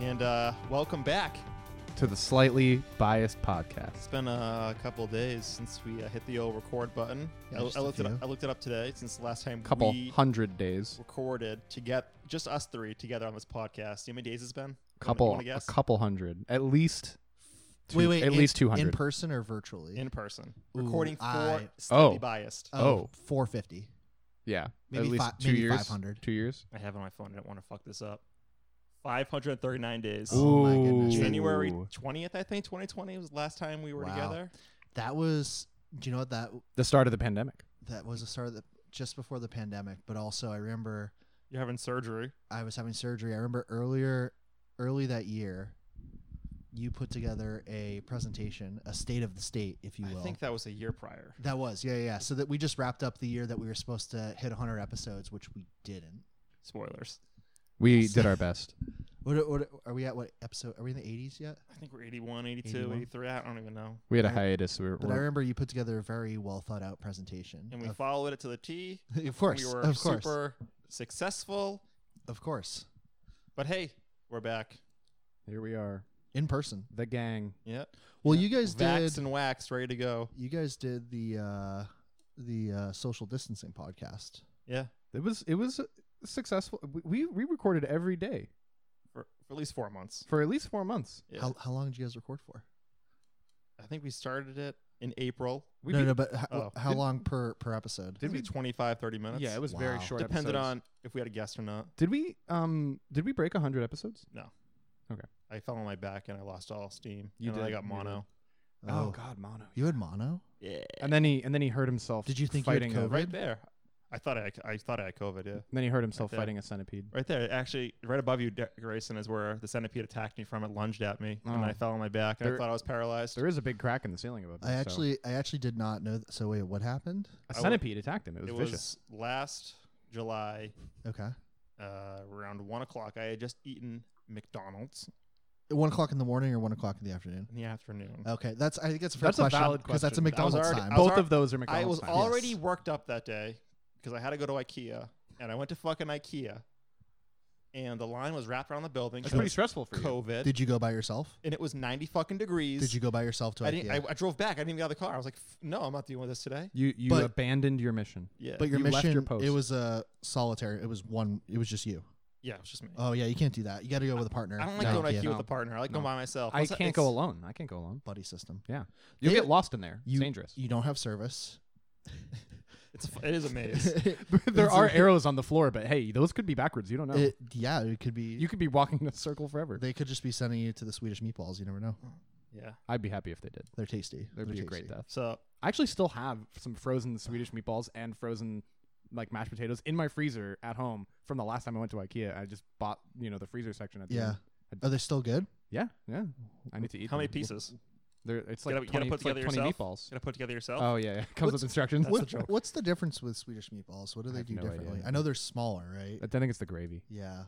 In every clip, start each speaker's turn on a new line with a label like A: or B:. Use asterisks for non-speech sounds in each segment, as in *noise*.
A: and uh, welcome back.
B: to the Slightly Biased Podcast.
A: It's been a couple days since we uh, hit the old record button.
C: Yeah,
A: I,
C: just
A: I
C: a
A: looked it
C: few.
A: up, I looked it up today since the last time
B: Couple
A: we
B: hundred days,
A: recorded to get just us three together on this podcast. You know how many days it's been?
B: couple,
A: Wanna, wanna
B: a
A: guess?
B: couple hundred, at least. Two,
C: wait, wait,
B: at
C: in-
B: least two
C: in
B: hundred.
C: person or virtually?
A: in person.
C: Ooh,
A: Recording four.
C: I-
A: slightly
B: Oh.
A: biased.
B: Oh.
C: four fifty.
B: yeah,
C: Maybe
B: at least
C: fi-
B: two
C: maybe
B: years.
C: 500.
B: Two years.
A: I have it on my phone. I don't want to fuck this up. 539 days.
C: Oh. my goodness.
B: Ooh.
A: January 20th, I think, 2020 was the last time we were
C: Wow.
A: together.
C: That was. Do you know what that
B: The start of the pandemic.
C: that was? The start of the, just before the pandemic, but also I remember
A: You're having surgery.
C: I was having surgery. I remember earlier, early that year, you put together a presentation, a state of the state, if you will.
A: I think that was a year prior.
C: that was yeah, yeah, yeah. So that we just wrapped up the year that we were supposed to hit 100 episodes, which we didn't.
A: Spoilers.
B: We
C: Yes.
B: did our best.
C: What, what are we at? What episode? Are we in the 80s yet?
A: I think we're 81, 82,
C: 81.
A: 83. I don't even know.
B: We had a
C: I-
B: hiatus. We were,
C: But I
B: we're-
C: remember you put together a very well thought out presentation.
A: And we
C: of,
A: followed it to the T.
C: *laughs* of course,
A: We were
C: of course,
A: super successful.
C: of course,
A: But hey, we're back.
B: here we are,
C: in person.
B: the gang.
A: Yeah.
C: Well, you guys
A: Vax
C: did.
A: and wax, ready to go.
C: you guys did the uh, the uh, social distancing podcast.
A: Yeah.
B: It was it was successful. We- We we recorded every day
A: For, for at least four months.
B: for at least four months.
A: Yeah.
C: How how long did you guys record for?
A: I think we started it in April.
B: We
C: no,
B: beat-
C: no, but how,
A: oh.
C: how
B: Did-
C: long per per episode?
B: Did
A: Did we
B: we-
A: 25, 30 minutes?
B: yeah, it was very
C: Wow.
B: short.
A: Depended
B: episodes.
A: on if we had a guest or not.
B: Did we um did we break hundred episodes?
A: I fell on my back and I lost all steam.
B: You
A: and I
B: did,
A: got
B: you
A: mono. Oh,
B: God, mono.
C: Oh, you had mono.
A: Yeah.
B: And then he and then he hurt himself.
C: Did you think you had
B: fighting a-
C: COVID?
A: Right there. I thought I, I thought I had COVID, yeah.
B: And then he hurt himself
A: there.
B: fighting a centipede.
A: Right there, actually, right above you, De- Grayson, is where the centipede attacked me from. It lunged at me, and
B: Oh.
A: I fell on my back. And I
B: There-
A: thought I was paralyzed.
B: There is a big crack in the ceiling above.
C: I
B: him, so-
C: actually I actually did not know. Th- so wait, what happened?
B: a
A: I wa-
B: centipede attacked him. It was
A: it
B: vicious.
A: was last July,
C: Okay,
A: uh, around one o'clock. I had just eaten McDonald's
C: At one o'clock in the morning or one o'clock in the afternoon?
A: in the afternoon.
C: Okay, that's I think that's a fair
B: That's a valid
C: because that's a
B: question. I
A: was
C: McDonald's
A: already-
C: time.
A: I was
B: Both
A: al-
B: of those are
A: I
B: McDonald's.
A: was
B: times.
A: already
C: Yes.
A: worked up that day because I had to go to IKEA, and I went to fucking IKEA, and the line was wrapped around the building.
B: That's
A: so it
B: pretty stressful for
A: was
B: you.
A: COVID,
C: Oh, Did you go by yourself?
A: and it was ninety fucking degrees.
C: Did you go by yourself to
A: I,
C: IKEA?
A: didn't, I, I drove back. I didn't even get out of the car. I was like, "F- "No, I'm not dealing with this today."
B: You you
C: But-
B: abandoned your mission.
A: Yeah,
C: But your
B: You left
C: mission,
B: your post.
C: it was a solitary. It was one. It was just you.
A: yeah, it was just me.
C: Oh yeah, you can't do that. You got to go with a partner.
A: I don't like
B: No,
A: going to
C: yeah.
A: IKEA
B: no,
A: with a partner. I like going
B: no.
A: by myself.
B: I
A: Plus,
B: can't
A: it's-
B: go alone. I can't go alone.
C: buddy system.
B: You
C: They-
B: get lost in there.
C: you-
B: it's
C: *laughs*
B: dangerous. *laughs*
C: You don't have service.
A: It's a, it is
C: *laughs*
A: a maze.
B: *laughs* there
C: It's
B: are
C: a-
B: arrows on the floor, but hey, those could be backwards. You don't know.
C: It, yeah, it could be.
B: you could be walking in a circle forever.
C: they could just be sending you to the Swedish meatballs. You never know.
A: Oh. yeah.
B: I'd be happy if they did.
C: They're tasty. They're
B: There'd be a
C: tasty.
B: great death.
A: So
B: I actually still have some frozen Swedish meatballs and frozen like mashed potatoes in my freezer at home from the last time I went to IKEA. I just bought you know the freezer section at the
C: Yeah.
B: end.
C: Are they still good?
B: Yeah, yeah. I need to eat.
A: how many
B: them.
A: pieces?
B: They're, it's
A: You gotta- you
B: like
A: gotta
B: 20,
A: put
B: it's like
A: together
B: 20
A: yourself?
B: meatballs.
A: Gonna put together yourself.
B: Oh yeah, *laughs* yeah. It
C: What's-
B: comes with instructions.
C: What-
B: I
C: What's the difference with Swedish meatballs? What do they
B: have
C: do
B: no idea.
C: differently? I know they're smaller, right?
B: think it's the gravy.
C: yeah.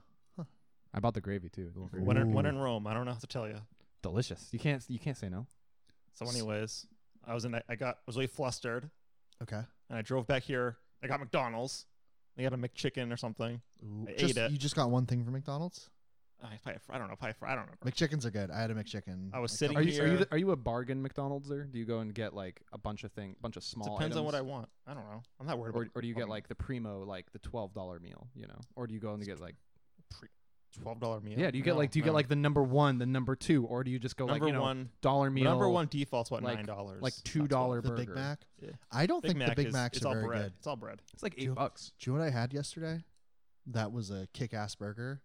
B: I bought the gravy too. the little gravy.
A: When in, when
C: Ooh.
A: in Rome, I don't know how to tell you.
B: Delicious. You can't you can't say no.
A: So,
C: S-
A: anyways, I was in. I got I was really flustered,
C: Okay.
A: and I drove back here. I got McDonald's. They got a McChicken or something.
C: Ooh,
A: I
C: just,
A: ate it.
C: You just got one thing from McDonald's.
A: I, probably, I don't know. Probably I don't know.
C: McChickens are good. I had a McChicken.
A: I was
C: like,
A: sitting
B: Are you, are you
A: Here-
B: the- are you a bargain McDonald's or do you go and get like a bunch of thing bunch of small
A: Depends on what I
B: items?
A: want. I don't know. I'm not worried
B: or,
A: about.
B: or do you get
A: um,
B: like the primo like the twelve dollar meal you know or do you go and get like
A: pre- twelve dollar meal.
B: yeah do you get
A: No,
B: like do you
A: no.
B: get like the number one the number two or do you just go
A: number
B: like you know
A: one?
B: dollar meal
A: number one default's what
B: like-
A: nine dollars?
B: like two dollar
C: the
B: burger
C: Big Mac.
A: Yeah.
C: I don't
A: Big
C: think the
A: Mac
C: Big
A: is,
C: Macs
A: it's
C: are
A: all
C: very
A: bread.
C: good.
A: It's all bread.
B: it's like
C: Do-
B: eight bucks
C: Do you know what I had yesterday? That was a kick-ass burger,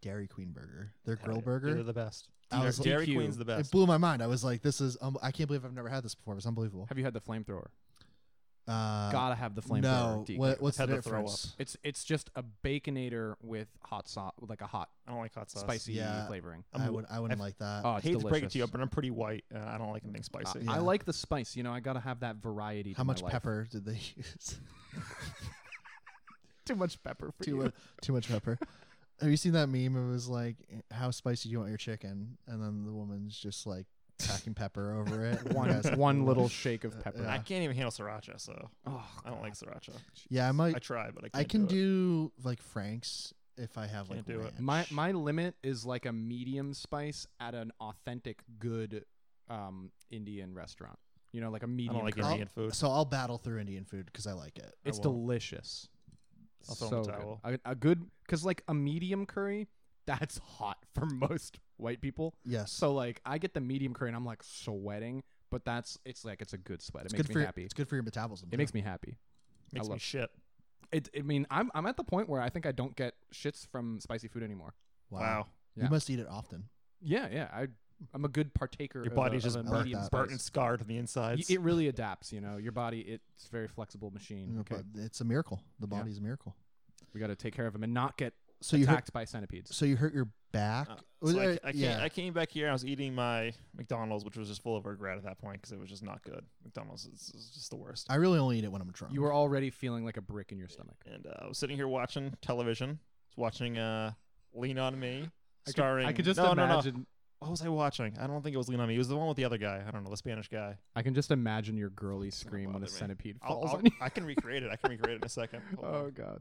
C: Dairy Queen burger. Their grill burger.
A: They're the best.
C: I
A: Dairy-
C: was like-
A: Dairy
B: DQ.
A: Queen's the
C: it
A: best.
C: blew my mind. I was like, "This is um, I can't believe I've never had this before. It's unbelievable."
B: have you had the flamethrower
C: Uh,
B: gotta have the flamethrower
C: no,
B: DQ.
C: what, what's the
A: Had to throw
C: difference?
B: it's it's just a baconator with hot sauce like a hot
A: I don't like hot sauce.
B: spicy
C: Yeah.
B: flavoring
A: I'm
C: I
A: a-
C: would I wouldn't
A: I've-
C: like that.
B: oh
A: I
B: it's
A: hate
B: delicious
A: to break it to you, but I'm pretty white, and I don't like anything
B: I-
A: spicy.
C: Yeah.
B: Uh, I like the spice you know I gotta have that variety
C: How
B: to my
C: much
B: life.
C: pepper did they *laughs*
A: *laughs*
C: use?
B: too much pepper for
C: too
B: you
C: much, too much pepper. Have you seen that meme? It was like, "How spicy do you want your chicken?" And then the woman's just like cracking pepper over
A: *laughs*
C: it.
B: one
C: Yes.
B: one little shake of pepper
A: I
C: Yeah.
A: can't even handle sriracha, so
B: oh
A: I don't like sriracha.
C: Yeah, I
A: I
C: might.
A: try, but I can't
C: I can
A: do. it.
C: do like Frank's if I have like
A: Can't do it.
B: My
C: ranch.
B: my limit is like a medium spice at an authentic good um, Indian restaurant. You know, like a
A: I
B: medium.
A: don't like
B: curry.
C: curry.
A: Indian food.
C: So I'll battle through Indian food because I like it.
B: It's
A: won't.
B: delicious.
A: I'll throw in the
B: good.
A: towel.
B: A, a good because like a medium curry, that's hot for *laughs* most white people.
C: Yes.
B: So like I get the medium curry and I'm like sweating, but that's it's like it's a good sweat. It
C: it's
B: makes
C: good
B: me
C: for your-
B: happy.
C: it's good for your metabolism.
B: It makes me happy.
A: Makes me
B: love-
A: shit.
B: It. I mean, I'm I'm at the point where I think I don't get shits from spicy food anymore.
C: wow.
A: wow.
B: Yeah.
C: You must eat it often.
B: Yeah, yeah. I I'm a good partaker.
A: Your
B: of
A: body's
B: a,
A: just
B: of a
C: burnt-
B: medium
C: burnt
A: Burnt
B: spice.
A: and scarred on the
B: Y-
A: insides.
B: It really adapts, you know. Your body, it's a very flexible machine. Okay,
C: But it's a miracle. The
B: Yeah.
C: body's a miracle.
B: we got to take care of them and not get
C: So you hurt,
B: attacked by centipedes.
C: so you hurt your back.
A: Uh,
C: Was
A: so I,
C: there-
A: I, came,
C: yeah.
A: I came back here. I was eating my McDonald's, which was just full of regret at that point because it was just not good. McDonald's is, is just the worst.
C: I really only eat it when I'm drunk.
B: You were already feeling like a brick in your stomach.
A: And uh, I was sitting here watching television. I was watching uh, Lean on Me,
B: I could-
A: starring.
B: I could just
A: no, No, no.
B: imagine.
A: What was I watching? I don't think it was Lean on Me. It was the one with the other guy. I don't know, the Spanish guy.
B: I can just imagine your girly scream when a
A: bother me.
B: centipede
A: I'll,
B: falls
A: I'll-
B: on you.
A: I can recreate it. I can recreate it in a
B: *laughs*
A: second. *laughs* Hold on.
B: oh god!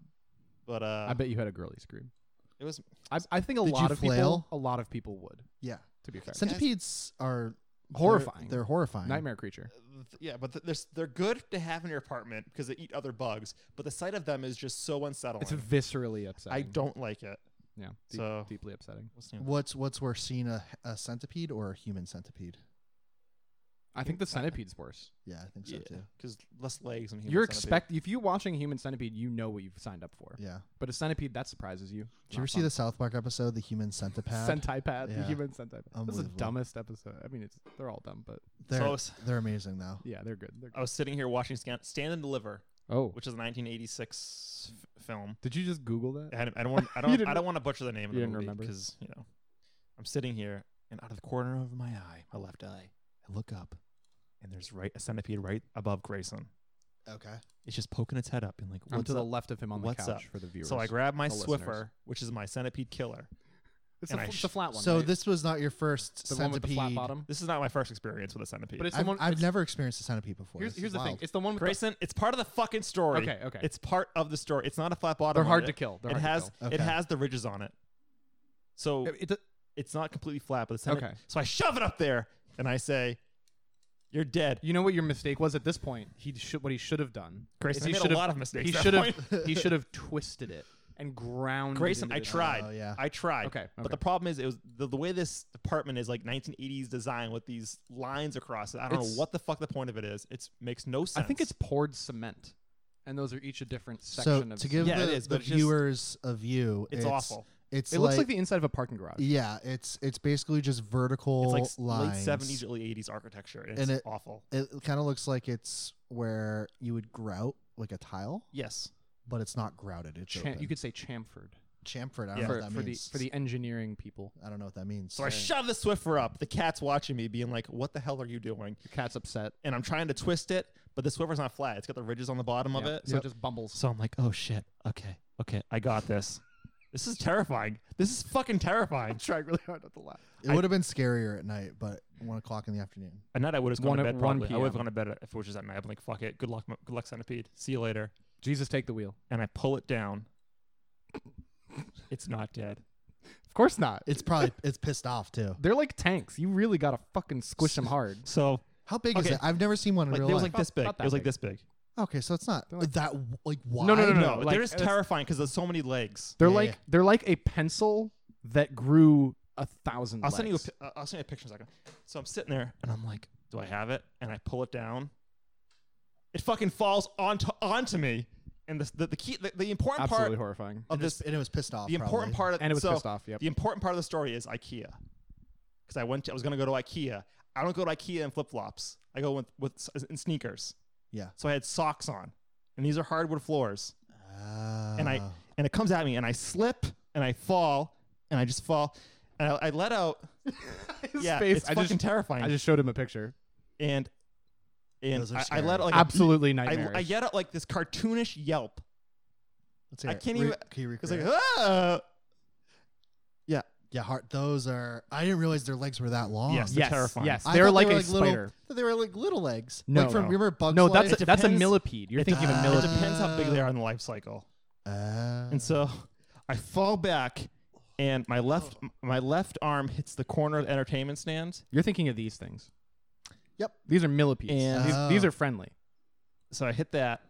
A: But uh,
B: I bet you had a girly scream.
A: it was
B: I, I think a
C: Did you
B: lot of people,
C: flail?
B: a lot of people would.
C: yeah.
B: To be fair,
C: Centipedes are they're-
B: Horrifying.
C: They're, horrifying.
B: nightmare creature.
A: th- yeah, but th- they're s- they're good to have in your apartment because they eat other bugs. But the sight of them is just so unsettling.
B: It's viscerally upsetting.
A: I don't like it.
B: Yeah, deep-
A: So-
B: deeply upsetting.
A: What's the name?
C: What's what's worse, seeing a, a centipede or a human centipede?
B: I think the centipede's worse.
C: Yeah, I think so too.
A: because less legs and
B: You're expect if you're watching a human centipede, you know what you've signed up for.
C: Yeah.
B: But a centipede that surprises you.
C: Did you ever see the South Park episode, the human centipede?
B: centipede? The
C: Yeah.
B: human centipede. This is the
C: Unbelievable.
B: dumbest episode. I mean, it's they're all dumb, but
C: they're
A: Close.
C: they're amazing though.
B: yeah, they're good. They're good.
A: I was sitting here watching Scan- Stand and Deliver,
B: Oh,
A: which is a 1986 f- film.
B: did you just Google that?
A: I don't, I don't want I
B: *laughs* You
A: don't
B: didn't
A: I don't want to butcher the name of
B: you
A: the
B: didn't
A: movie
B: remember.
A: because you know I'm sitting here and out of the corner of my eye, my left eye, I look up and there's right a centipede right above Grayson.
C: Okay.
A: It's just poking its head up and like
B: I'm
A: what's
B: to the
A: up?
B: left of him on the
A: What's
B: couch
A: up?
B: for the viewers.
A: So I grab my
B: the
A: Swiffer,
B: listeners.
A: which is my centipede killer.
B: it's,
A: and
B: a,
A: I
B: fl- it's
A: sh-
B: a flat one.
C: So
B: right?
C: this was not your first
B: the one with the
C: centipede.
B: flat bottom.
A: This is not my first experience with a centipede. *laughs*
B: But it's the
C: I've,
B: one.
C: I've
B: it's-
C: never experienced a centipede before.
B: Here's,
C: This
B: here's
C: is
B: the thing.
C: wild.
B: It's the one with the-
A: Grayson, it's part of the fucking story.
B: Okay, okay.
A: It's part of the story. It's not a flat bottom.
B: they're
A: on
B: hard
A: it.
B: to kill. They're
A: it
B: hard
A: has
B: to
A: it
C: Okay.
A: has the ridges on it. So
B: kill. It- it-
A: it's not completely flat, but it's centipede.
B: Okay.
A: So I shove it up there and I say, "You're dead."
B: you know what your mistake was at this point. He should what he should have done.
A: Grayson,
B: is
A: I
B: he
A: made a
B: should have-
A: lot of mistakes
B: He
A: at that
B: should have
A: point. *laughs*
B: *laughs* he should have twisted it and ground.
A: Grayson, I
C: try-
A: tried.
C: Oh, yeah.
A: I tried.
B: Okay, okay.
A: But the problem is, it was the, the way this apartment is like 1980s design with these lines across it. I don't
B: It's-
A: know what the fuck the point of it is. It makes no sense.
B: I think it's poured cement, and those are each a different
C: so
B: section of.
C: to give
A: Yeah, it
C: the,
A: is,
C: the
A: but it's just-
C: viewers a view.
A: It's awful.
C: It's
B: it looks like the inside of a parking garage.
C: yeah. It's it's basically just
A: It's
C: vertical
A: like s- late
C: lines.
A: 70s, early 80s architecture. and It's
C: And it-
A: awful.
C: It kind of looks like it's where you would grout like a tile,
A: Yes.
C: but it's not grouted. It's
B: Cham-
C: open.
B: you could say chamfered
C: chamfered. I don't
A: Yeah.
C: know
B: for,
C: what that
B: for the
C: means.
B: for the engineering people.
C: I don't know what that means.
A: So I shove the Swiffer up. The cat's watching me, being like, "What the hell are you doing?"
B: The cat's upset.
A: And I'm trying to twist it, but the Swiffer's not flat. It's got the ridges on the bottom of
B: Yeah,
A: it.
B: so it just bumbles.
A: So I'm like, "Oh shit. Okay. Okay. I got this. This is terrifying. This is fucking terrifying." *laughs*
B: trying really hard not to laugh.
C: It would have been scarier at night, but one o'clock in the afternoon.
A: At night, I would have gone
B: One
A: to
B: at
A: bed.
B: 1
A: Probably, I would have
B: PM.
A: gone to bed if it was just at night. I'm like, fuck it. Good luck, good luck, centipede. See you later.
B: Jesus, take the wheel.
A: And I pull it down. it's not dead.
B: Of course not.
C: It's probably it's pissed off too.
B: They're like tanks. You really gotta fucking squish them hard.
A: So
C: How big is
A: Okay.
C: it? I've never seen one in
A: like, it
C: real
A: was
C: life.
A: like this big.
B: Not
A: It
B: that
A: was like
B: big.
A: this big.
C: okay, so it's not
B: They're like-
C: that w- like wide.
B: no, no,
A: No,
B: like,
A: they're just
B: it's-
A: terrifying because there's so many legs.
B: They're
C: Yeah,
B: like
C: yeah.
B: they're like a pencil that grew a thousand.
A: I'll send you. A,
B: legs.
A: pi- uh, I'll send you a picture in a second. So I'm sitting there and I'm like, do I have it? And I pull it down. It fucking falls onto onto me. And the the, the key the, the important
B: Absolutely
A: part
B: horrifying.
A: of
C: And it was-
A: this
C: and it was pissed off.
A: the important
C: probably.
A: part of
B: And it was
A: so
B: pissed off. Yep.
A: The important part of the story is IKEA, because I went. To, I was gonna go to IKEA. I don't go to IKEA in flip flops. I go with with s- in sneakers.
C: Yeah.
A: So I had socks on, and these are hardwood floors. And I
B: Oh.
C: Ah.
A: and it comes at me, and I slip, and I fall, and I just fall, and I, I let out.
B: His
A: yeah,
B: face,
A: it's
B: I
A: fucking
B: just
A: terrifying.
B: I just showed him a picture.
A: and and
C: Those are
A: I, I let out like
B: Absolutely
A: A, I,
B: nightmarish.
A: I let out like this cartoonish yelp.
C: Let's hear
A: I
C: it.
A: can't
C: Re-
A: even-
C: Can you
A: It's
C: recreate?
A: like
C: it?
A: ah.
C: yeah, heart. Those are. I didn't realize their legs were that long.
A: Yes,
B: yes,
A: terrifying.
B: yes,
C: I
B: they're
C: thought
B: like
C: they
B: a
C: were like
B: spider.
C: little. They were like little legs.
B: No,
C: like from,
A: no.
C: remember Bugs
B: no,
C: Life?
B: that's a, that's a
A: depends.
B: Ah. millipede. You're thinking of a
C: depends.
B: millipede.
A: Depends how big they
C: Ah.
A: are in the life cycle.
C: Ah.
A: And so I fall back, and my left my left arm hits the corner of the entertainment stand.
B: You're thinking of these things.
C: Yep.
B: These are millipedes.
A: And-
B: these, these
C: Oh.
B: are friendly.
A: So I hit that,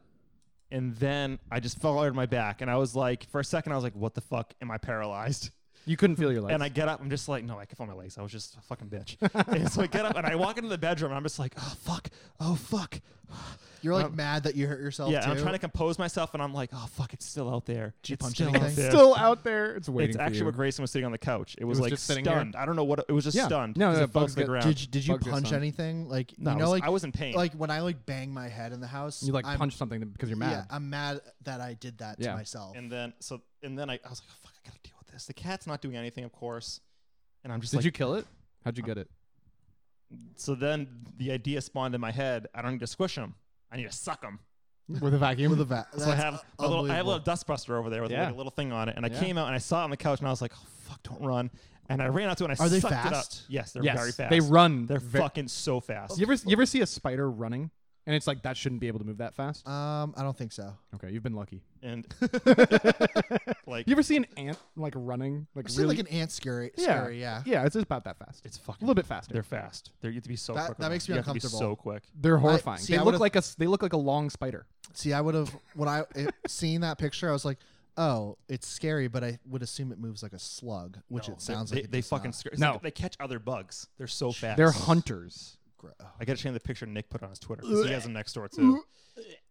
A: and then I just fell over my back, and I was like, for a second, I was like, what the fuck? Am I paralyzed?
B: You couldn't feel your legs.
A: And I get up. I'm just like, no, I can feel my legs. I was just a fucking bitch. *laughs* and so I get up and I walk into the bedroom. And I'm just like, oh fuck, oh fuck.
C: You're like
A: Um,
C: mad that you hurt yourself.
A: yeah,
C: too.
A: and I'm trying to compose myself, and I'm like, oh fuck, it's still out there.
C: Oh, Did you
A: It's
C: punch
A: still out
C: anything?
A: there.
B: still out there. It's waiting.
A: it's
B: for
A: actually
B: you.
A: where Grayson was sitting on the couch. It was,
B: was
A: like
B: just sitting there?
A: stunned. I don't know what it was. Just
B: Yeah.
A: stunned.
B: No,
A: 'cause
B: no,
A: it fell to
B: bugs
A: the
B: get-
A: ground.
C: Did you, did you
B: Bugs or
C: punch
B: something.
C: anything? Like
A: no,
C: you
A: I,
C: know,
A: was,
C: like
A: I was in pain.
C: like when I like bang my head in the house,
B: You like
C: I'm,
B: punch something because you're
C: Yeah,
B: mad.
C: I'm mad that I did that
B: Yeah.
C: to myself.
A: and then so and then I, I was like, oh, fuck, I gotta deal with this. The cat's not doing anything, of course. And I'm just
B: Did
A: like,
B: you kill it? How'd you
C: *laughs*
B: get it?
A: so then the idea spawned in my head. I don't need to squish him. I need to suck him.
B: With a vacuum.
C: with a va-
A: So I
C: that's
A: have a little, I have a
C: unbelievable.
A: little dustbuster over there with
B: Yeah.
A: like a little thing on it, and I
B: Yeah.
A: came out and I saw it on the couch, and I was like, oh, "Fuck, don't run!" And I ran out to it. And I
C: Are they
A: sucked It up.
C: fast?
A: Yes, *laughs* they're
B: yes,
A: very fast.
B: They run.
A: They're
B: ve-
A: fucking so fast.
B: You ever you ever see a spider running? And it's like that shouldn't be able to move that fast.
C: Um, I don't think so.
B: Okay, you've been lucky.
C: *laughs*
A: And *laughs* like
B: You ever see an ant like running? Like
C: I've seen
B: really?
C: like an ant scary.
B: yeah,
C: Scary, yeah.
B: *laughs* yeah. It's about that fast.
A: it's
B: a
A: fucking.
B: little bit faster.
A: They're fast. They're you have to be so.
C: That-
A: quick
C: that
A: with
C: makes
A: them.
C: me
A: You have to be
C: uncomfortable.
A: so quick.
B: They're horrifying.
C: see,
B: they
C: I
B: look
C: would've-
B: like a s- they look like a long spider.
C: See, I would have when I it, seeing that picture, I was like, oh, it's scary, but I would assume it moves like a slug, which
A: No,
C: it
A: they-
C: sounds
A: they,
C: like. it
A: they
C: does
A: fucking.
C: not.
A: Sc-
B: No.
A: they catch other bugs. They're so fast.
B: They're hunters.
C: Gro-
A: I got to show you the picture Nick put on his Twitter. 'cause He has them next door too.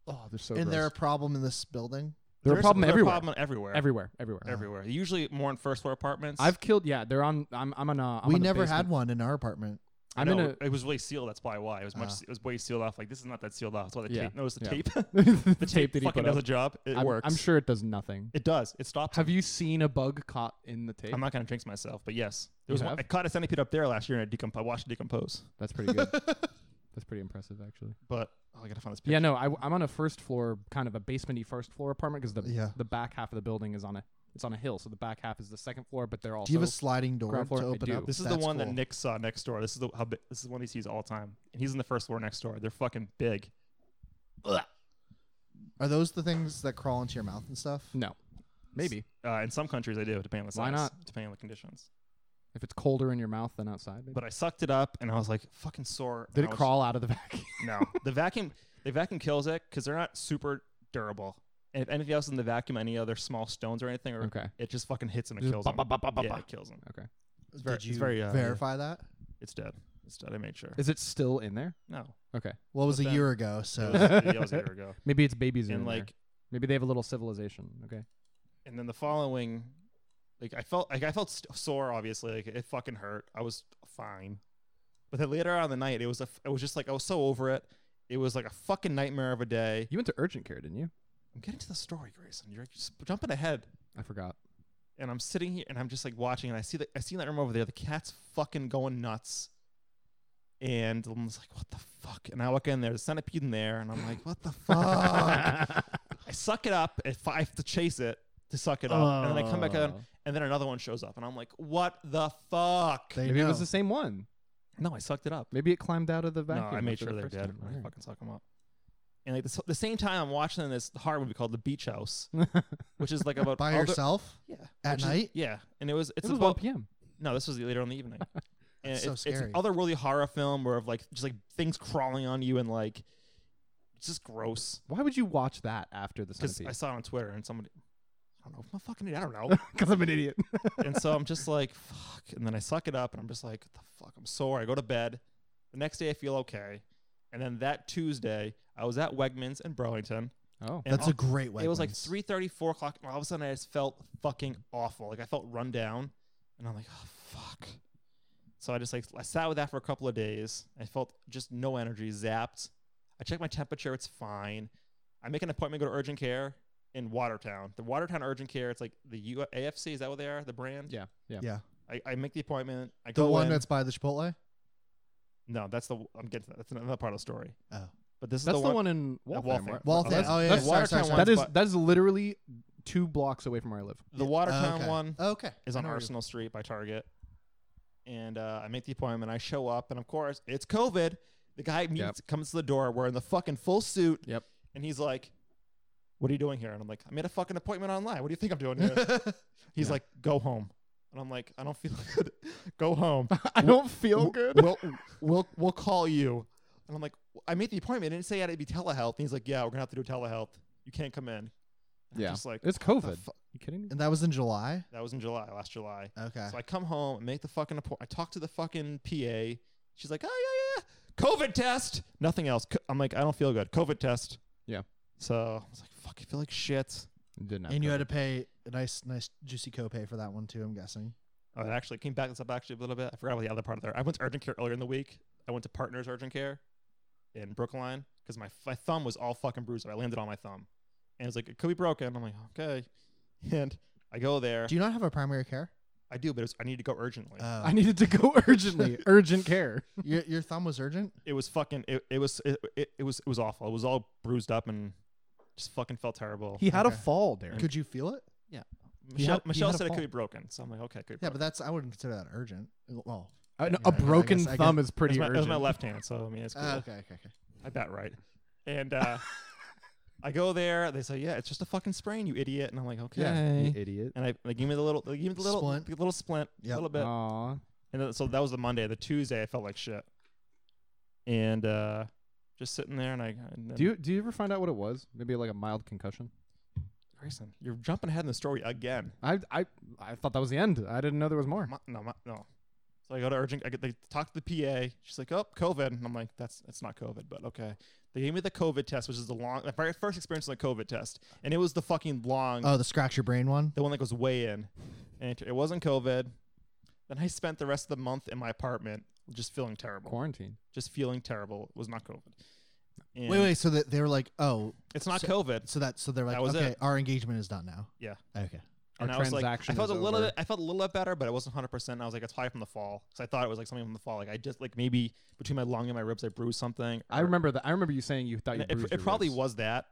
B: Oh, they're so.
C: And
B: gross.
C: they're a problem in this building.
B: They're a
A: There's-
B: problem
A: they're
B: everywhere.
A: problem everywhere.
B: everywhere, everywhere.
C: Uh-huh.
A: Everywhere. Usually more in first floor apartments.
B: I've killed. Yeah, they're on. I'm. I'm on. A, I'm
C: we
B: on the
C: never had
B: basement.
C: one in our apartment.
A: I
B: I'm
A: know
B: in a.
A: it was really sealed. That's probably why it was much.
C: Ah.
A: It was way sealed off. Like this is not that sealed off. That's why the
B: Yeah.
A: tape. Notice the
B: Yeah.
A: tape. *laughs*
B: *laughs* the
A: the tape, fucking does a job. It
B: I'm,
A: works.
B: I'm sure it does nothing.
A: it does. It stops.
B: Have you seen a bug caught in the tape?
A: I'm not gonna jinx myself, but yes, there
B: You
A: was one,
B: have?
A: I caught a centipede up there last year and I, decomp- I watched it decompose.
B: That's
A: *laughs*
B: pretty good. That's pretty impressive, actually.
A: But oh, I gotta find this picture.
B: Yeah, no, I, am on a first floor, kind of a basementy first floor apartment because the
C: Yeah.
B: the back half of the building is on a it's on a hill, so the back half is the second floor, but they're also
C: Do you have a sliding door
B: ground floor?
C: to
B: I
C: open
B: do.
C: up?
A: This is the
C: That's
A: one that
C: cool.
A: Nick saw next door. This is the how big, this is one he sees all the time, and he's in the first floor next door. They're fucking big.
C: Are those the things that crawl into your mouth and stuff?
B: no, maybe
A: Uh, in some countries, they do depending on the
B: Why
A: size,
B: not?
A: depending on the conditions.
B: if it's colder in your mouth than outside. Maybe.
A: But I sucked it up, and I was like fucking sore.
B: Did
A: and
B: it
A: I was-
B: crawl out of the back?
A: *laughs*
B: *laughs*
A: No, the vacuum the vacuum kills it because they're not super durable. And if anything else in the vacuum, any other small stones or anything, or
B: okay,
A: it just fucking hits and it
B: Just
A: kills
B: ba-
A: him.
B: ba- ba- ba- ba-
A: yeah,
B: ba.
A: it kills him.
B: okay.
A: It's very-
C: Did
A: it's
C: you
A: very, uh,
C: verify that?
A: It's dead. It's dead. I made sure.
B: Is it still in there?
A: no,
B: Okay,
C: Well, it was
A: But
C: a
A: then-
C: year ago,
A: that
C: so
A: *laughs* was, that
B: *laughs*
A: was a year ago.
B: maybe it's babies are
A: And
B: in there.
A: like,
B: Maybe they have a little civilization. Okay,
A: and then the following, like I felt like I felt st- sore. Obviously, like it fucking hurt. I was fine, but then later on in the night, it was a. f- It was just like I was so over it. It was like a fucking nightmare of a day.
B: you went to urgent care, didn't you?
A: I'm getting to the story, Grayson. You're just jumping ahead.
B: I forgot.
A: and I'm sitting here and I'm just like watching and I see that I see in that room over there. The cat's fucking going nuts. And I'm just like, what the fuck? And I walk in there, there's a centipede in there, and I'm like, what the
B: *laughs*
A: fuck? Uh, I suck it up. If I have to chase it to suck it up, and then I come back in,
B: Oh.
A: and then another one shows up, and I'm like, what the fuck?
C: they
B: Maybe it
C: know.
B: was the same one.
A: no, I sucked it up.
B: Maybe it climbed out of the
A: No,
B: vacuum.
A: I made
B: after
A: sure
B: the
A: they're
B: first
A: dead.
B: time.
A: I
B: Alright.
A: fucking suck them up. And like the, the same time, I'm watching this horror movie called The Beach House, which is like
C: *laughs*
A: about
C: by
A: all the-
C: yourself
A: yeah,
C: at
A: which is-
C: night.
A: yeah, and it was it's
B: it was
A: about
B: 1 p.m.
A: No, this was later on in the evening. and
C: That's so
A: it's, it's
C: scary.
A: an otherworldly horror film where of like just like things crawling on you and like it's just gross.
B: Why would you watch that after the
A: Because I
B: centipede?
A: saw it on Twitter and somebody, I don't know, I'm a fucking idiot. I don't know.
B: Because I'm an idiot.
A: and so I'm just like, fuck. And then I suck it up and I'm just like, what the fuck? I'm sore. I go to bed. The next day I feel okay. And then that Tuesday I was at Wegmans in Burlington.
B: Oh,
A: And
C: That's a great way.
A: it was like 3.30, 4 o'clock. And all of a sudden I just felt fucking awful. Like I felt run down. And I'm like, oh, fuck. So I just like, I sat with that for a couple of days. I felt just no energy, zapped. I checked my temperature. It's fine. I make an appointment, go to urgent care in Watertown. The Watertown urgent care, it's like the U- AFC. Is that what they are? The brand?
B: yeah, yeah.
C: Yeah,
A: I, I make the appointment. I
C: the
A: go
C: one
A: in.
C: that's by the Chipotle.
A: no, that's the, I'm getting to that. That's another part of the story.
C: Oh.
A: But this is
B: That's
A: the,
B: the, one, in
A: at
B: Waltham.
A: Waltham.
B: right?
C: Waltham.
A: that's-
C: oh yeah,
A: that's
C: sorry, sorry,
A: Watertown
C: sorry.
A: one.
B: That is
A: but-
B: that is literally two blocks away from where I live. *laughs*
A: The
C: Yeah.
A: Watertown
C: Okay.
A: one.
C: Okay,
A: is
C: I
A: on
C: know where you-
A: Arsenal Street by Target. And uh, I make the appointment. I show up, and of course, it's COVID. The guy meets, comes to the door wearing the fucking full suit.
B: Yep.
A: And he's like, What are you doing here? And I'm like, I made a fucking appointment online. What do you think I'm
C: *laughs*
A: doing here? He's
B: Yeah.
A: like, Go home. And I'm like, I don't feel *laughs* good. Go home.
B: I don't feel
A: W-
B: good.
A: We'll, we'll we'll call you. And I'm like, "W- I made the appointment. It didn't say it'd be telehealth. And he's like, Yeah, we're gonna have to do telehealth. You can't come in. And I'm
B: Yeah.
A: just like
B: It's
A: "What the
B: COVID.
A: fu-"
B: you kidding me?
C: and that was in July.
A: that was in July, last July.
C: Okay.
A: So I come home and make the fucking appointment. I talk to the fucking PA. She's like, oh, yeah, yeah, yeah. COVID test. Nothing else. Co- I'm like, I don't feel good. COVID test.
B: Yeah.
A: So I was like, fuck, I feel like shit.
B: Didn't
C: and you had to pay a nice, nice juicy copay for that one too. I'm guessing.
A: Oh, it actually came back this up actually a little bit. I forgot about the other part of there. I went to urgent care earlier in the week. I went to Partners Urgent Care in Brookline because my, my thumb was all fucking bruised. up. I landed on my thumb. And it's like, it could be broken. I'm like, okay. *laughs* And I go there.
C: Do you not have a primary care?
A: I do, but it was, I need to go urgently.
C: Uh,
B: I needed to go *laughs* urgently. Urgent care.
C: your, your thumb was urgent.
A: it was fucking it, it was it, it, it was it was awful. It was all bruised up and just fucking felt terrible.
B: He had a
C: Okay.
B: fall, Derek.
C: Could you feel it?
B: he
A: Michelle,
B: had- he
A: Michelle
B: had a
A: said it could
B: fall.
A: be broken, so I'm like, okay, could be
C: Yeah,
A: broken.
C: but that's I wouldn't consider that urgent. Well,
B: Uh, no,
C: Yeah, I
B: a
C: guess-
B: broken
C: I guess-
B: thumb is
A: it was,
B: pretty
A: my, it was
B: urgent.
A: my left hand, so I mean, it's cool.
C: uh, okay, okay, okay.
A: I bet right.
C: *laughs*
A: And uh, I go there. They say, yeah, it's just a fucking sprain, you idiot. And I'm like, okay.
B: Yeah, you idiot.
A: And I they give me the little, they give me the little,
C: Splint.
A: the little splint,
C: Yep. Uh-huh.
A: a little bit.
B: Aw.
A: And then, so that was the Monday. The Tuesday, I felt like shit. And uh, just sitting there, and I and then-
B: Do you do you ever find out what it was? Maybe like a mild concussion.
A: Grayson, you're jumping ahead in the story again.
B: I I I thought that was the end. I didn't know there was more.
A: My, no, my, no. So I go to urgent. I get they talk to the PA. She's like, "Oh, COVID," and I'm like, "That's that's not COVID, but okay." They gave me the COVID test, which is the long, my very first experience on the COVID test, and it was the fucking long,
C: Oh, the scratch your brain one.
A: the one that goes way in, and it, it wasn't COVID. Then I spent the rest of the month in my apartment, just feeling terrible,
B: Quarantine.
A: just feeling terrible. It was not COVID. And
C: Wait, wait. So that they were like, oh,
A: it's not COVID.
C: so that so they're like,
A: That was
C: okay,
A: it.
C: our engagement is done now.
A: Yeah.
C: Okay.
B: Our
A: and I was like, I
B: transaction
A: felt a
B: is
A: little
B: over.
A: bit, I felt a little bit better, but it wasn't 100. percent I was like, it's probably from the fall, because I thought it was like something from the fall. Like I just like maybe between my lung and my ribs, I bruised something.
B: I
A: or-
B: remember that. I remember you saying you thought you.
A: and It,
B: bruised
A: it
B: your
A: probably
B: ribs.
A: was that.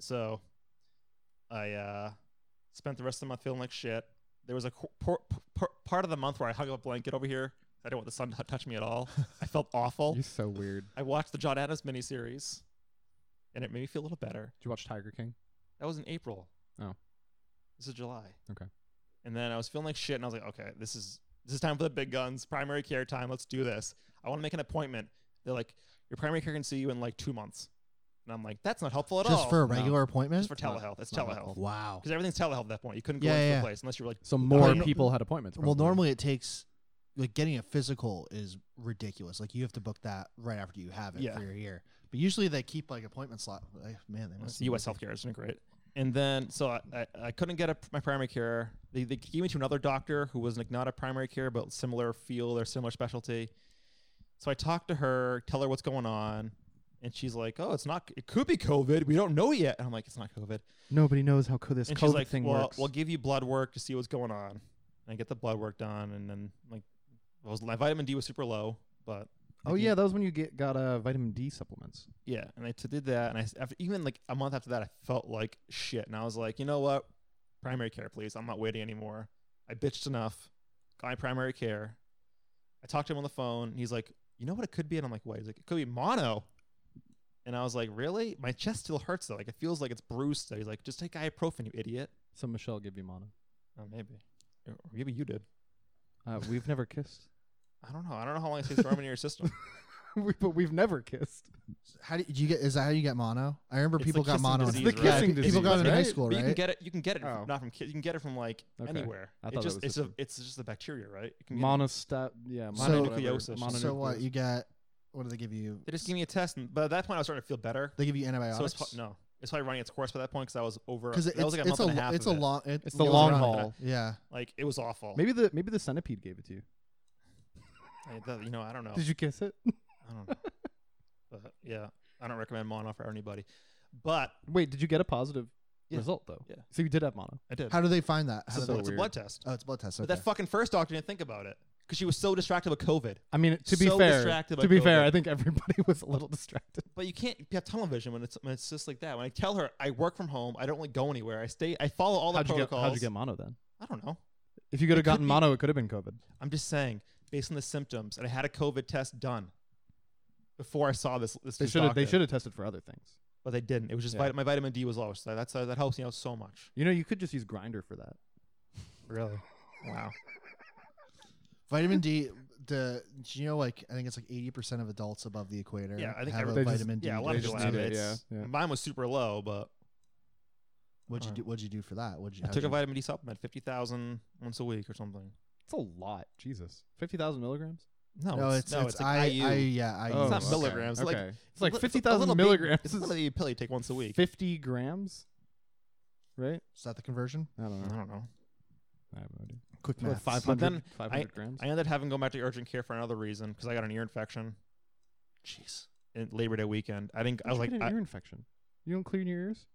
A: So, I uh, spent the rest of the month feeling like shit. There was a qu- por- por- part of the month where I hung up a blanket over here. I didn't want the sun to touch me at
B: *laughs*
A: all. I felt awful.
B: You're so weird.
A: I watched the John Adams miniseries, and it made me feel a little better.
B: Did you watch Tiger King?
A: That was in April.
B: Oh.
A: This is July.
B: Okay.
A: And then I was feeling like shit, and I was like, okay, this is this is time for the big guns, primary care time. Let's do this. I want to make an appointment. They're like, your primary care can see you in like two months, and I'm like, that's not helpful at
C: Just
A: all.
C: for a
B: No.
C: regular appointment.
A: oh, just for telehealth. It's
B: not
A: telehealth
B: helpful.
C: wow.
A: because everything's telehealth at that point. You couldn't go
C: Yeah,
A: into
C: yeah,
A: the
C: yeah.
A: place unless you were like,
B: So more
C: no-
B: people had appointments.
C: Well,
B: probably.
C: normally it takes like getting a physical is ridiculous. Like you have to book that right after you have it
A: Yeah.
C: for your year. But usually they keep like appointment slot. Like, man, they must.
A: It's U.S. healthcare isn't great. And then, so I, I, I couldn't get a, my primary care. They, they gave me to another doctor who was like not a primary care, but similar field or similar specialty. So I talked to her, tell her what's going on, and she's like, "Oh, it's not. It could be COVID. We don't know yet." And I'm like, "It's not COVID."
B: nobody knows how co- this
A: and
B: COVID
A: she's like,
B: thing
A: "Well,
B: works.
A: we'll give you blood work to see what's going on." And I get the blood work done, and then like, I was, my vitamin D was super low, but
B: oh yeah, that was when you get got uh, vitamin D supplements.
A: yeah, and I t- did that, and I s- after, even like a month after that, I felt like shit, and I was like, you know what, primary care, please. I'm not waiting anymore. I bitched enough. Got my primary care. I talked to him on the phone, and he's like, you know what it could be, and I'm like, what? He's like, it could be mono, and I was like, really? My chest still hurts though. Like it feels like it's bruised. Though. He's like, just take ibuprofen, you idiot.
B: So Michelle give you mono.
A: Oh, maybe, or maybe you did.
B: Uh, we've never kissed. *laughs*
A: I don't know. I don't know how long it takes to run in your system.
B: We- but we've never kissed.
C: How do, do you get? Is that how you get mono? I remember
A: It's
C: people
A: the
C: got
A: kissing
C: mono. in-
A: disease,
B: It's the
C: yeah,
B: kissing
C: pe- people got
B: disease,
C: it in high
B: right?
C: school,
A: But you can
C: right?
A: get it. You can get it
B: Oh.
A: from, not from kids. You can get it from like
B: Okay.
A: anywhere.
B: I
A: It
B: thought that
A: just
B: was
A: it's a,
B: different.
A: it's just the bacteria, right? It can get-
B: Monostat. Yeah.
C: So-
A: Mononucleosis.
B: mono-
C: so what? You get? What do they give you?
A: They just gave me a test, and but at that point I was starting to feel better.
C: They give you
A: So it's
C: antibiotics.
A: pro- no, it's probably running its course by that point because I was over.
C: because
A: that
C: it's
A: was like a
C: it's
A: month
C: a
A: and a
C: lo-
A: half.
C: it's a
A: of it.
C: long it-
B: It's the
C: it was
B: long
C: around-
B: haul.
C: Yeah.
A: Like it was awful.
B: Maybe the maybe the centipede gave it to you.
A: I, that- you know, I don't know.
B: Did you kiss it?
A: I don't know. but yeah, I don't recommend mono for anybody. But
B: Wait, did you get a positive
A: Yeah.
B: result though?
A: Yeah.
B: So you did have mono.
A: I did.
C: How do they find that? How
A: it's
C: do
A: a,
C: they,
A: it's a
B: weird.
A: blood test.
C: oh, it's blood test.
A: But
C: Okay.
A: that fucking first doctor didn't think about it because she was so distracted with COVID.
B: I mean, to be
A: So
B: fair,
A: distracted by
B: to be fair,
A: COVID.
B: I think everybody *laughs* was a little distracted.
A: But you can't have television when it's when it's just like that. When I tell her I work from home, I don't really go anywhere. I stay. I follow all the
B: how'd you get
A: protocols.
B: how'd you get mono then?
A: I don't know.
B: If you could have gotten
A: be-
B: mono, it could have been COVID.
A: I'm just saying, based on the symptoms, and I had a COVID test done before I saw this. this
B: They
A: this
B: should have they
A: doctor.
B: should have tested for other things.
A: but they didn't. It was just
B: Yeah.
A: vit- my vitamin D was low, so that's that helps me out so much.
B: You know, you could just use grinder for that.
A: Really, wow.
C: Vitamin D. The do you know like I think it's like eighty percent of adults above the equator.
A: Yeah, I think
C: have a
A: everybody
B: just-
C: vitamin D.
A: yeah, a lot of
B: just
A: people
C: deficiency.
A: have
B: need
A: it.
B: it,
A: It's-
B: yeah, yeah.
A: Mine was super low, but
C: What'd you
A: Uh.
C: do? What'd you do for that? What'd you?
A: I
C: how'd
A: took
C: you,
A: a vitamin D supplement, fifty thousand once a week or something.
B: It's a lot. Jesus, fifty thousand milligrams.
A: No,
C: No, it's,
A: no,
C: it's, I,
A: IU.
C: I yeah I.
A: It's
C: use-
A: not
B: okay.
A: milligrams, it's like-
B: Okay.
A: a
B: it's like
A: li-
B: fifty
A: a little
B: thousand
A: big-
B: milligrams.
A: It's
B: *laughs*
A: literally a pill you take once a week.
B: Fifty grams, right?
C: Is that the conversion?
B: I don't
A: I
B: know.
A: don't know.
B: I have no idea.
C: Quick
A: Well,
C: math.
A: five- But then
B: five hundred grams.
A: I ended up having to go back to urgent care for another reason because I got an ear infection
C: Jeez.
A: in Labor Day weekend. I didn't. I was
B: How'd you
A: like,
B: get an
A: I,
B: ear infection. You don't clean your ears,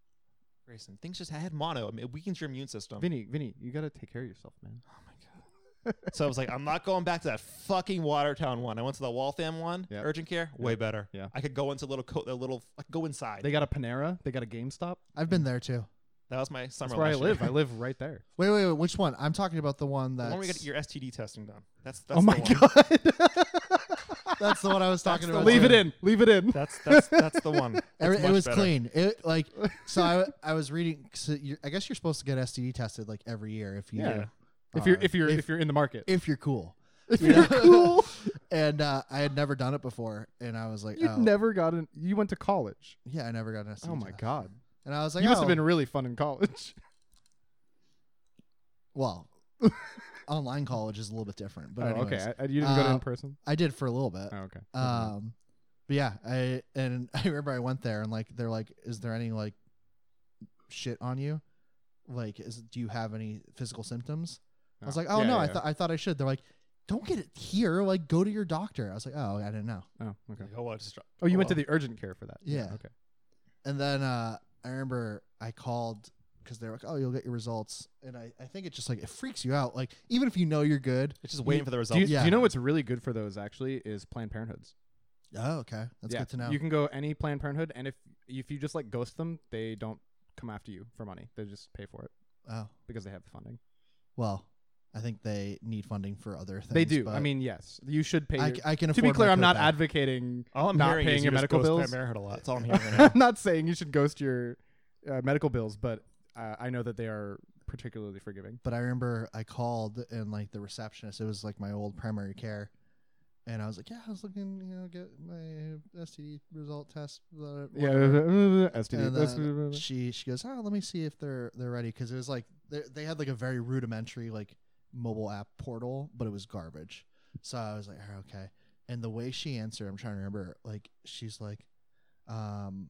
A: Grayson, things just I had mono. I mean, it weakens your immune system.
B: Vinny. Vinny, you gotta take care of yourself, man.
A: Oh my god. so I was like, I'm not going back to that fucking Watertown one. I went to the Waltham one,
B: Yep.
A: urgent care, way better.
B: Yeah.
A: I could go into little coat, the little I could go inside.
B: They got a Panera. They got a GameStop.
C: I've been there too.
A: that was my summer.
B: That's where I
A: last *laughs*
B: live.
A: Year.
B: I live right there.
C: Wait, wait, wait. Which one? I'm talking about the one
A: The
C: that.
A: one where you get your STD testing done. That's that's
B: oh
A: the
B: my
A: one.
B: god!
C: *laughs* That's the one I was talking
A: the
C: about.
A: one.
B: Leave
C: too.
B: it in. Leave it in.
A: That's that's that's the
B: *laughs*
A: one.
C: Every-
A: It's
C: it
A: much
C: was
A: better.
C: clean. It like so I I was reading. So you're, I guess you're supposed to get STD tested like every year if you
B: Yeah.
C: do.
B: If you're
C: Uh,
B: if you're if, you're in the market,
C: if you're cool.
B: *laughs*
C: If you're *laughs* cool. and uh, I had never done it before, and I was like,
B: you
C: oh,
B: never got an. You went to college.
C: yeah, I never got an STD.
B: Oh my
C: test.
B: god!
C: And I was like,
B: you must
C: oh,
B: have been really fun in college. *laughs*
C: well. online college is a little bit different, *laughs* but
B: oh,
C: anyways,
B: okay, I, I- you didn't go to
C: Uh,
B: in person.
C: I did for a little bit.
B: Oh, okay.
C: Um, but yeah, I and *laughs* I remember I went there and like they're like, is there any like shit on you? Like, is do you have any physical symptoms? I was like, oh
B: Yeah,
C: no,
B: yeah,
C: I
B: yeah.
C: thought I thought I should. They're like, don't get it here. Like, go to your doctor. I was like, oh, I didn't know.
B: Oh, okay.
A: Like, oh, well, just,
B: Oh, you went to
A: well.
B: the urgent care for that.
C: Yeah.
B: Okay.
C: And then uh, I remember I called because they're like, oh, you'll get your results. And I, I think it just like it freaks you out. Like, even if you know you're good.
A: It's just waiting for the
B: Do you,
A: results.
B: do
C: Yeah.
B: you know what's really good for those actually is Planned Parenthoods.
C: Oh, okay, that's
B: Yeah.
C: good to know.
B: You can go any Planned Parenthood, and if if you just like ghost them, they don't come after you for money. They just pay for it
C: oh,
B: because they have the funding.
C: well, I think they need funding for other things.
B: they do. I
C: but
B: mean, yes, you should pay.
C: I,
B: your-
C: c- I can.
B: to be
C: afford
B: clear,
C: my
B: I'm not
C: copay.
B: advocating.
A: All I'm
B: Not
A: hearing
B: paying
A: is
B: your
A: you just
B: medical
A: goes to
B: bills?
A: Parenthood a lot. That's all
B: *laughs*
A: I'm hearing. right now.
B: I'm not saying you should ghost your uh, medical bills, but uh, I know that they are particularly forgiving.
C: but I remember I called and like the receptionist, it was like my old primary care, and I was like, yeah, I was looking, you know, get my STD result test. blah, blah,
B: Yeah,
C: whatever."
A: *laughs*
B: STD.
C: And uh,
B: that's-
C: then she she goes, oh, let me see if they're they're ready because it was like they they had like a very rudimentary like mobile app portal, but it was garbage. So I was like, "Oh, okay. And the way she answered, I'm trying to remember. Like she's like, um,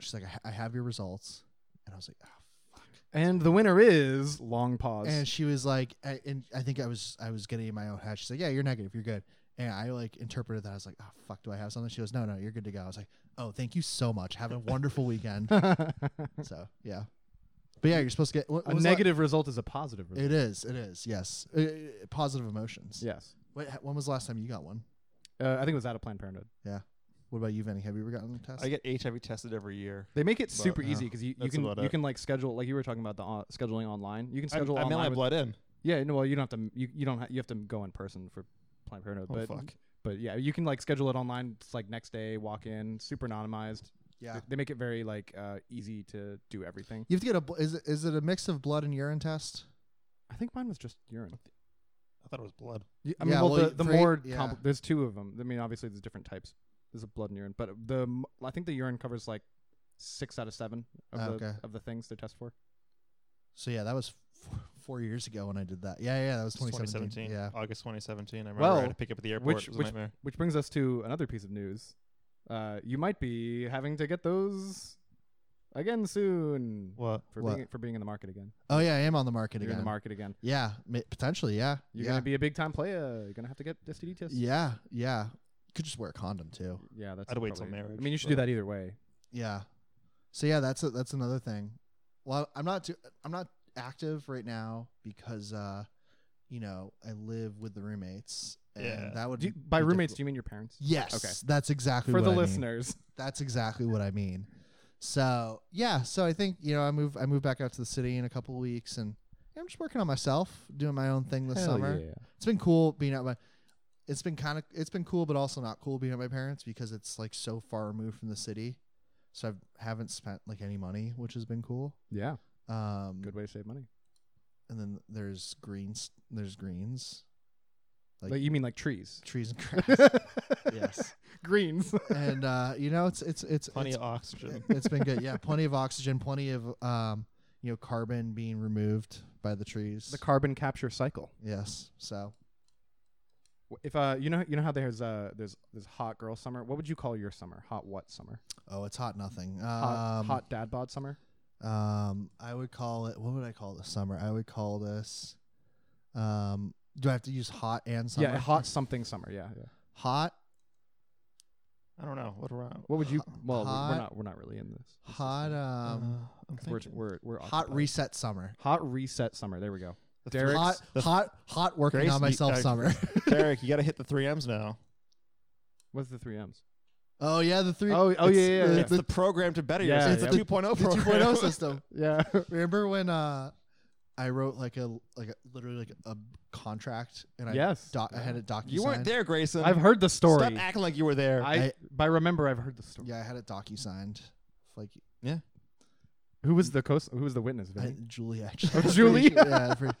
C: she's like, I, ha- I have your results, and I was like, oh,
B: and the winner is long pause. *laughs*
C: And she was like, I, and I think I was I was getting in my own head. She's like, yeah, you're negative, you're good. And I like interpreted that. I was like, oh fuck, do I have something? She goes, no, no, you're good to go. I was like, oh, thank you so much.
B: *laughs*
C: Have a wonderful weekend.
B: a
C: So yeah, but yeah, you're supposed to get what, what was that?
B: negative result is a positive result.
C: It is. It is. Yes. Uh, uh, positive emotions.
B: Yes.
C: Wait, h- when was the last time you got one?
B: Uh, I think it was out of Planned Parenthood.
C: What about you, Vinny? Have you ever gotten a test?
A: I get HIV tested every year.
B: They make
A: But,
B: it super
A: uh,
B: easy because you, you
A: that's
B: can
A: about
B: you
A: it.
B: can like schedule like you were talking about the on, scheduling online. You can
A: I, I
B: schedule
A: mail
B: online.
A: my
B: with-
A: blood in.
B: yeah, no, well you don't have to you, you don't ha- you have to go in person for Planned Parenthood,
A: Oh
B: but
A: fuck.
B: but yeah, you can like schedule it online. It's like next day, walk in, super anonymized.
C: yeah.
B: They, they make it very like uh, easy to do everything.
C: You have to get a. bl- Is it, is it a mix of blood and urine test?
B: I think mine was just urine.
A: I thought it was blood.
B: Y- I
C: Yeah,
B: mean, well,
C: well,
B: the, the
C: for each-
B: more
C: yeah.
B: compli- there's two of them. I mean, obviously there's different types. There's a blood and urine, but the m- I think the urine covers like six out of seven of
C: Oh,
B: the
C: okay.
B: of the things they test for.
C: So yeah, that was f- four years ago when I did that. Yeah, yeah, that was
A: It's
C: 2017.
A: 2017.
C: Yeah.
A: August 2017. I remember I
B: Well,
A: had to pick up at the airport. it
B: which-
A: was a
B: which-
A: nightmare.
B: Which brings us to another piece of news. Uh, you might be having to get those again soon
A: What?
B: for
C: What?
B: being for being in the market again.
C: Oh yeah, I am on the market
B: You're
C: again.
B: in the market again.
C: Yeah, ma- potentially. Yeah.
B: You're
C: yeah.
B: gonna be a big time player. You're gonna have to get STD tests.
C: Yeah, yeah. Could just wear a condom too.
B: Yeah, that's.
A: I'd wait till
B: probably-
A: marriage,
B: I mean, you should do
A: but-
B: that either way.
C: Yeah. So yeah, that's a, that's another thing. Well, I'm not too, I'm not active right now because uh, you know, I live with the roommates and
A: Yeah.
C: that would
B: Do you,
C: be
B: by roommates,
C: difficult.
B: do you mean your parents?
C: Yes.
B: Okay.
C: That's exactly
B: For
C: what
B: the
C: I mean.
B: listeners,
C: That's exactly what I mean. So, yeah, so I think, you know, I move I move back out to the city in a couple of weeks and I'm just working on myself, doing my own thing this
B: Hell
C: summer.
B: yeah.
C: It's been cool being at my. It's been kind of it's been cool, but also not cool being at my parents because it's like so far removed from the city. so I haven't spent like any money, which has been cool.
B: Yeah,
C: Um,
B: good way to save money.
C: And then there's greens. There's greens,
B: Like,
C: Like-
B: you mean like trees?
C: trees and
B: *laughs*
C: grass. *laughs* yes,
B: greens.
C: and uh, you know it's it's it's
A: Plenty
C: it's,
A: of oxygen.
C: it- *laughs* it's been good. Yeah, plenty of oxygen, plenty of um, you know, carbon being removed by the trees.
B: the carbon capture cycle.
C: yes. So
B: W- If uh, you know, you know how there's uh, there's there's hot girl summer. What would you call your summer? Hot what summer?
C: oh, it's hot nothing. Um,
B: Hot, hot dad bod summer.
C: Um, I would call it. What would I call this summer? I would call this. Um, do I have to use hot and summer?
B: Yeah, hot something summer. Yeah, yeah.
C: hot,
A: I don't know. What around?
B: What would you?
C: Hot-
B: Well, we- we're
C: hot-
B: not we're not really in this. This is,
C: hot.
B: uh,
C: Um,
A: I'm
B: 'cause we're
A: thinking.
B: we're we're
C: hot
B: occupied.
C: reset summer.
B: Hot reset summer. There we go.
A: The three-
B: Derek's-
C: hot,
A: the-
C: hot, hot. Working
A: Grace, you-
C: on myself
A: uh,
B: *laughs*
C: summer.
A: *laughs*
C: *laughs*
A: Derek, you got to hit the three M's now.
B: What's the three M's?
C: oh yeah, the three.
B: Oh, *laughs* oh yeah,
C: it's-
B: yeah,
C: uh,
B: yeah.
A: It's the, program to better
B: Yeah,
A: yourself.
B: yeah.
A: It's the 2.0
C: the
A: program.
C: 2.0 system.
B: yeah.
C: Remember when uh, I wrote like a like a, literally like a contract and I
B: Yes.
C: doc, I
B: Yeah.
C: had it docu.
A: *laughs* You weren't there, Grayson.
B: *laughs* I've heard the story.
A: Stop acting like you were there. *laughs*
B: I,
C: I-
B: by remember I've heard the story.
C: Yeah, I had it docu signed. Like
B: Who was the coast? Who was the witness?
C: I,
B: Vinny?
C: *laughs* Julie actually.
B: Oh,
C: I'm pretty
B: Julie?
C: sure- yeah. *laughs* pretty-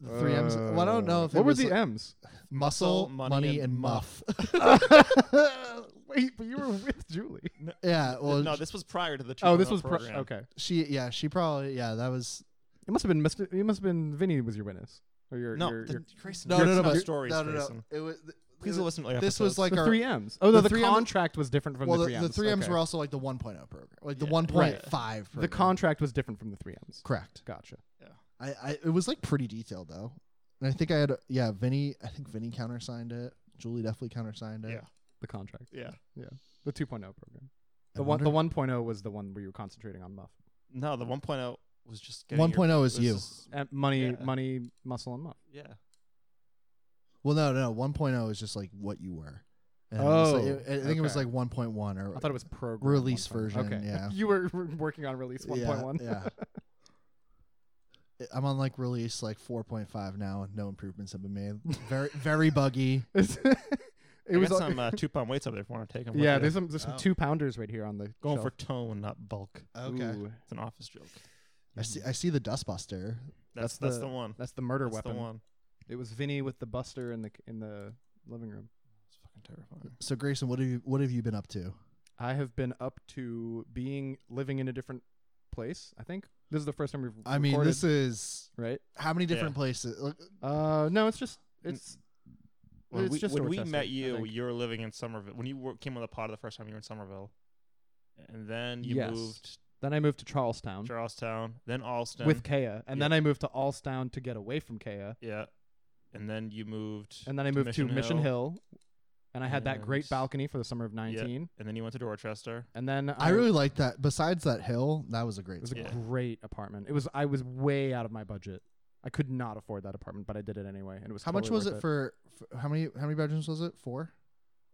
C: the three M's. Well, I don't know if
B: what
C: it
B: were
C: was
B: the
C: like- *laughs*
B: M's.
C: muscle, money, and, muff. *laughs*
B: Wait, but you were with Julie.
C: yeah, well,
A: no, this was prior to the 2.0
B: Oh, this was pro-
A: program.
B: okay.
C: she, yeah, she probably, yeah, that was
B: It must have been must it must have been Vinny was your witness or your
A: No,
B: your,
A: the,
B: your
A: Grayson.
C: no,
A: you're-
C: no, no, but-
A: stories,
C: no, no,
A: Grayson.
C: no. It was, th-
A: Please
C: it was-
A: listen to the
C: this was
A: episodes.
C: like
B: the
C: our
B: three M's. Oh, no,
C: the
B: the,
C: three M-
B: contract was different from
C: well,
B: the
C: the
B: three M's.
C: the three M's
B: Okay.
C: were also like the 1.0 program, like the
A: Yeah.
C: 1.5. program.
B: the contract was different from the three M's.
C: correct.
B: Gotcha.
C: I, I, it was like pretty detailed though, and I think I had, yeah, Vinny, I think Vinny countersigned it. Julie definitely countersigned it.
A: Yeah.
B: The contract.
A: yeah.
B: The 2.0 program.
C: I
B: The one the
C: wonder-
B: 1.0 was the one where you were concentrating on muff.
A: No, the 1.0 was just getting your-
C: 1.0 is
A: was
C: you.
A: just-
B: And uh, money
A: Yeah.
B: money muscle and muff.
A: yeah.
C: Well, no, no, 1.0 is just like what you were. And it was, like-
B: Oh,
C: it- I think it was
B: okay.
C: like 1.1 or
B: I thought it was program
C: Release
B: 1.0.
C: version,
B: Okay.
C: yeah.
B: *laughs* you were working on release 1.1.
C: Yeah. yeah. I'm on like release like 4.5 now, and no improvements have been made. Very, very buggy.
B: It's- it
A: I
B: was
A: got
B: all-
A: some uh, two pound weights up there if you want to take them.
B: yeah. There's some there's some
C: Oh.
B: two pounders right here on the
A: going
B: shelf.
A: for tone, not bulk.
B: Ooh.
A: It's an office joke.
C: I see. I see the Dustbuster.
A: That's
B: That's
A: that's
B: the-
A: the, one.
B: That's the murder
A: That's
B: weapon.
A: the one.
B: It was Vinny with the buster in the in the living room.
A: It's fucking terrifying.
C: So Grayson, what have you what have you been up to?
B: I have been up to being living in a different place. I think this is the first time we've.
C: I mean,
B: recorded,
C: this is
B: right.
C: how many
A: Yeah.
C: different places? Look,
B: Uh, no, it's just
A: N-
B: it's.
A: When
B: it's
A: we,
B: just a
A: when we
B: Dorchester, I
A: met you,
B: think.
A: you were living in Somerville. When you were, came on the pod the first time, you were in Somerville, and then you
B: Yes.
A: moved
B: Then I moved to Charlestown
A: Charlestown, then Alston.
B: with Kea, and then I moved to Allstown to get away from Kea,
A: yeah, and then you moved,
B: and then I moved to
A: Mission
B: Mission
A: Hill.
B: Hill, and I had that great
A: And-
B: balcony for the summer of nineteen,
A: and then you went to Dorchester.
B: and then I,
C: I really like that. Besides that hill, that was a
B: it
C: great.
B: was a
A: Yeah.
B: great apartment. It was I was way out of my budget. I could not afford that apartment, but I did it anyway, and it was
C: How much
B: totally
C: was
B: worth
C: it for, for? How many? How many bedrooms was it? Four.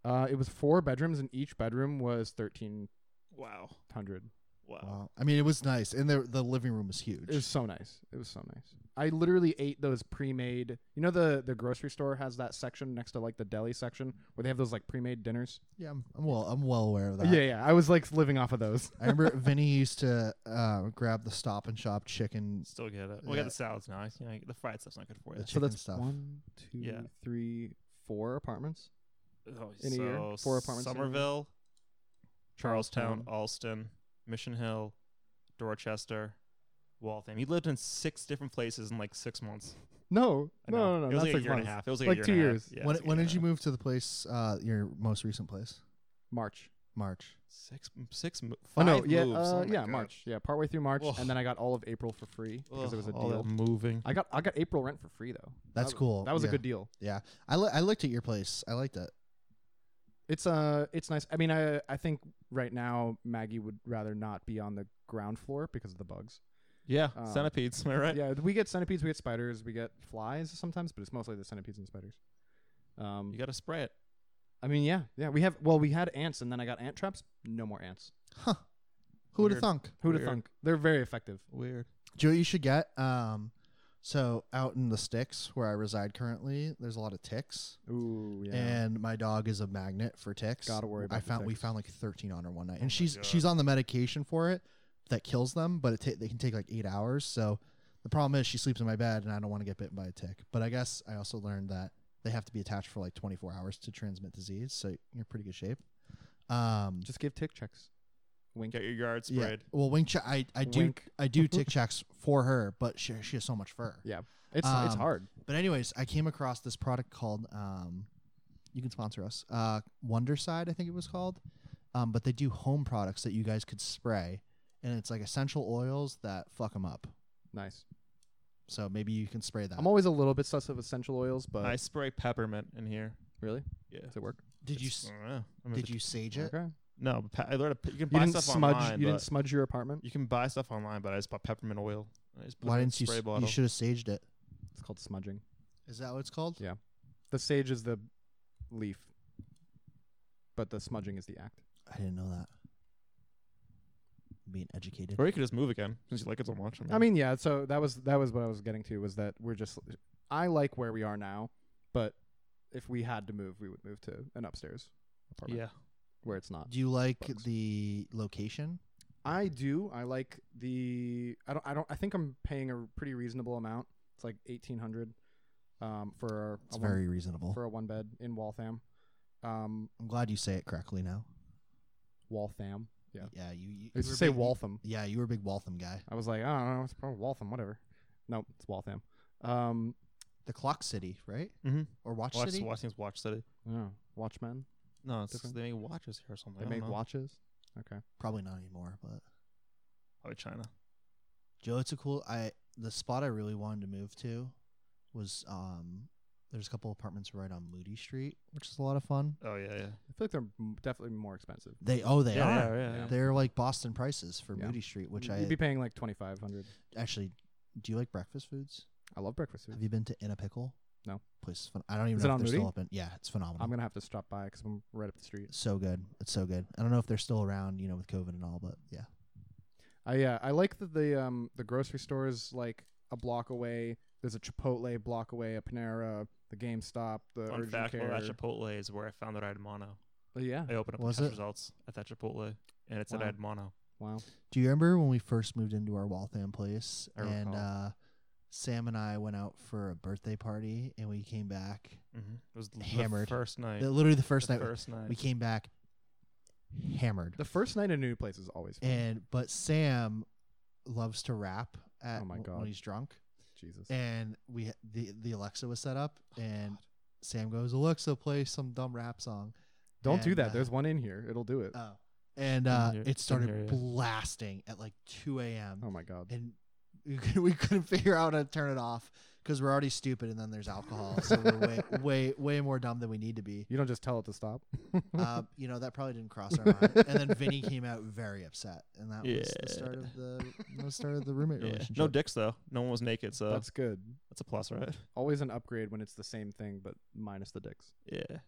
B: Uh, it was four bedrooms, and each bedroom was thirteen
A: Wow,
B: hundred.
A: wow.
C: Wow. I mean, it was nice, and the the living room was huge.
B: It was so nice. It was so nice. I literally ate those pre-made. You know the the grocery store has that section next to like the deli section where they have those like pre-made dinners.
C: yeah, I'm, I'm well. I'm well aware of that.
B: Yeah, yeah. I was like living off of
A: *laughs*
B: those.
C: I remember Vinny used to uh, grab the Stop and Shop chicken
A: Still get it. We
C: Yeah.
A: got the salads now. You know, the fried stuff's not good for you.
C: The
B: so
C: chicken
B: that's
C: stuff.
B: one, two, three, four
A: Yeah.
B: apartments.
A: Oh,
B: in a year,
A: so
B: four apartments in a year.
A: Somerville, Charlestown, Alston, Mission Hill, Dorchester, Waltham. He lived in six different places in like six months.
B: No,
A: I
B: no, no, no.
A: It was
B: not
A: like a
B: six
A: year and a
B: months.
A: half. It was like,
B: Like
A: a year
B: two
A: and a half.
B: years.
A: Yeah, it
C: when
A: was a
C: when
A: year
C: did you
A: and a half.
C: move to the place? Uh, your most recent place?
B: March.
C: March.
A: Six, six, mo-
B: Oh
A: five
B: no, yeah,
A: moves.
B: uh,
A: Oh my
B: yeah,
A: God.
B: March. Yeah, partway through March,
A: Ugh.
B: and then I got all of April for free because it was a
A: Ugh, all
B: deal.
A: that moving.
B: I got I got April rent for free though.
C: That's
B: That-
C: cool.
B: That was a
C: Yeah.
B: good deal.
C: Yeah, I li- I looked at your place. I liked it.
B: It's uh, it's nice. I mean, I I think right now Maggie would rather not be on the ground floor because of the bugs.
A: Yeah,
B: Um,
A: centipedes. Am I right?
B: Yeah, we get centipedes, we get spiders, we get flies sometimes, but it's mostly the centipedes and spiders. Um,
A: You got to spray it.
B: I mean, yeah, yeah, we have. Well, we had ants, and then I got ant traps. No more ants.
C: Huh? Who would have
A: Weird.
C: thunk?
B: Who'd have
A: Weird.
B: thunk? They're very effective.
A: Weird.
C: Do you know what you should get? Um, So out in the sticks where I reside currently, there's a lot of ticks,
B: Ooh, yeah.
C: and my dog is a magnet for ticks.
B: Gotta worry about
C: I
B: the
C: found we
B: ticks. Oh
C: found like 13 on her one night,
A: my
C: and she's
A: God.
C: she's on the medication for it that kills them, but it ta- they can take like eight hours. So the problem is she sleeps in my bed, and I don't want to get bitten by a tick. But I guess I also learned that they have to be attached for like 24 hours to transmit disease. So you're in pretty good shape. Um,
B: Just give tick checks. Wink.
A: Get your yard sprayed.
C: Well, wing check. I, I do
B: Wink.
C: I do tick checks for her, but she she has so much fur.
B: Yeah. It's it's
C: Um,
B: hard.
C: But anyways, I came across this product called um, you can sponsor us. Uh, Wonderside, I think it was called. Um, but they do home products that you guys could spray, and it's like essential oils that fuck them up.
B: Nice.
C: So maybe you can spray that.
B: I'm always a little bit sus of essential oils, but
A: I spray peppermint in here.
B: really,
A: Yeah.
B: does it work?
C: did you
A: It's-
C: s-
A: I don't know. I'm
C: did
A: did
C: you
A: you?
C: sage it?
B: Okay.
A: No, but pe- I learned. To, you can
B: You
A: buy
B: didn't
A: stuff
B: smudge.
A: online.
B: you didn't
A: but
B: smudge your apartment.
A: you can buy stuff online, but I just bought peppermint oil. I just put
C: Why
A: it in a
C: didn't you?
A: Spray
C: s-
A: bottle.
C: You should have saged it.
B: It's called smudging.
C: Is that what it's called?
B: Yeah. The sage is the leaf, but the smudging is the act.
C: I didn't know that. Being educated.
A: or you could just move again since you like it so much.
B: I mean, yeah. So that was that was what I was getting to was that we're just I like where we are now, but if we had to move, we would move to an upstairs apartment
A: yeah.
B: where it's not.
C: Do you like
B: Bugs.
C: the location?
B: I do. I like the. I don't. I don't. I think I'm paying a pretty reasonable amount. It's like eighteen hundred, um, for
C: It's
B: a
C: very reasonable.
B: one, for a one bed in Waltham, um,
C: I'm glad you say it correctly now.
B: Waltham. Yeah.
C: Yeah, you. you,
B: I
C: you
B: used
C: were
B: to say
C: big-
B: Waltham.
C: Yeah, you were a big Waltham guy.
B: I was like, "Oh, I don't know. It's probably Waltham. Whatever. No, it's Waltham. Um,
C: The Clock City, right?
A: Mm-hmm.
C: Or Watch
A: Watch,
C: City?
A: Washington's Watch City.
B: I don't know, Watchmen.
A: No, it's
B: Different?
A: they make watches here or something.
B: They
A: I don't
B: make
A: know.
B: watches. Okay.
C: Probably not anymore, but
A: Probably China.
C: Joe, it's a cool. I the spot I really wanted to move to was um. There's a couple apartments right on Moody Street, which is a lot of fun.
A: Oh yeah, yeah.
B: I feel like they're m- definitely more expensive.
C: They oh they
A: yeah,
C: are.
A: yeah, yeah.
C: They're like Boston prices for
B: Yeah.
C: Moody Street, which
B: You'd
C: I
B: be paying like twenty five hundred.
C: actually. Do you like breakfast foods?
B: I love breakfast food.
C: Have you been to In a Pickle?
B: No.
C: Place is fun. I don't even
B: Is it
C: know
B: on
C: if they're still
B: Moody?
C: open. Yeah, it's phenomenal.
B: I'm gonna have to stop by 'cause I'm right up the street.
C: It's so good. It's so good. I don't know if they're still around, you know, with COVID and all, but yeah.
B: I yeah, I like that the um the grocery store is like a block away. There's a Chipotle a block away, a Panera, the GameStop, the
A: Fun
B: urgent
A: fact:
B: care.
A: well, that Chipotle is where I found that I had mono.
B: Oh, yeah.
A: I opened up
C: Was
A: the
C: it?
A: test results at that Chipotle, and it said
B: Wow.
A: I had mono.
B: Wow.
C: Do you remember when we first moved into our Waltham place
B: I
C: and
B: recall.
C: uh, Sam and I went out for a birthday party and we came back
A: Mm-hmm. It was l-
C: Hammered.
A: The first night.
C: the- literally the first
A: the
C: night
A: First night.
C: we came back hammered.
B: The first night in a new place is always fun.
C: And but Sam loves to rap at
B: Oh my
C: w-
B: God.
C: when he's drunk
B: Jesus.
C: and we ha- the the Alexa was set up
B: Oh
C: and Sam goes Alexa play some dumb rap song.
B: Don't do
C: and,
B: that.
C: uh,
B: There's one in here. It'll do it.
C: Oh. And uh,
A: hear-
C: it started
A: hear ya.
C: blasting at like 2 a.m.
B: oh my god.
C: and *laughs* we couldn't, we couldn't figure out how to turn it off because we're already stupid and then there's alcohol so we're
A: *laughs*
C: way way way more dumb than we need to be
B: You don't just tell it to stop. *laughs*
A: *laughs*
C: uh, you know that probably didn't cross our mind and then vinny came out very upset and that was the start of the *laughs* the start of the roommate
A: Yeah.
C: relationship
A: No dicks though. No one was naked, so
B: That's good.
A: that's a plus, right?
B: Always an upgrade when it's the same thing but minus the dicks. *laughs*
A: Yeah.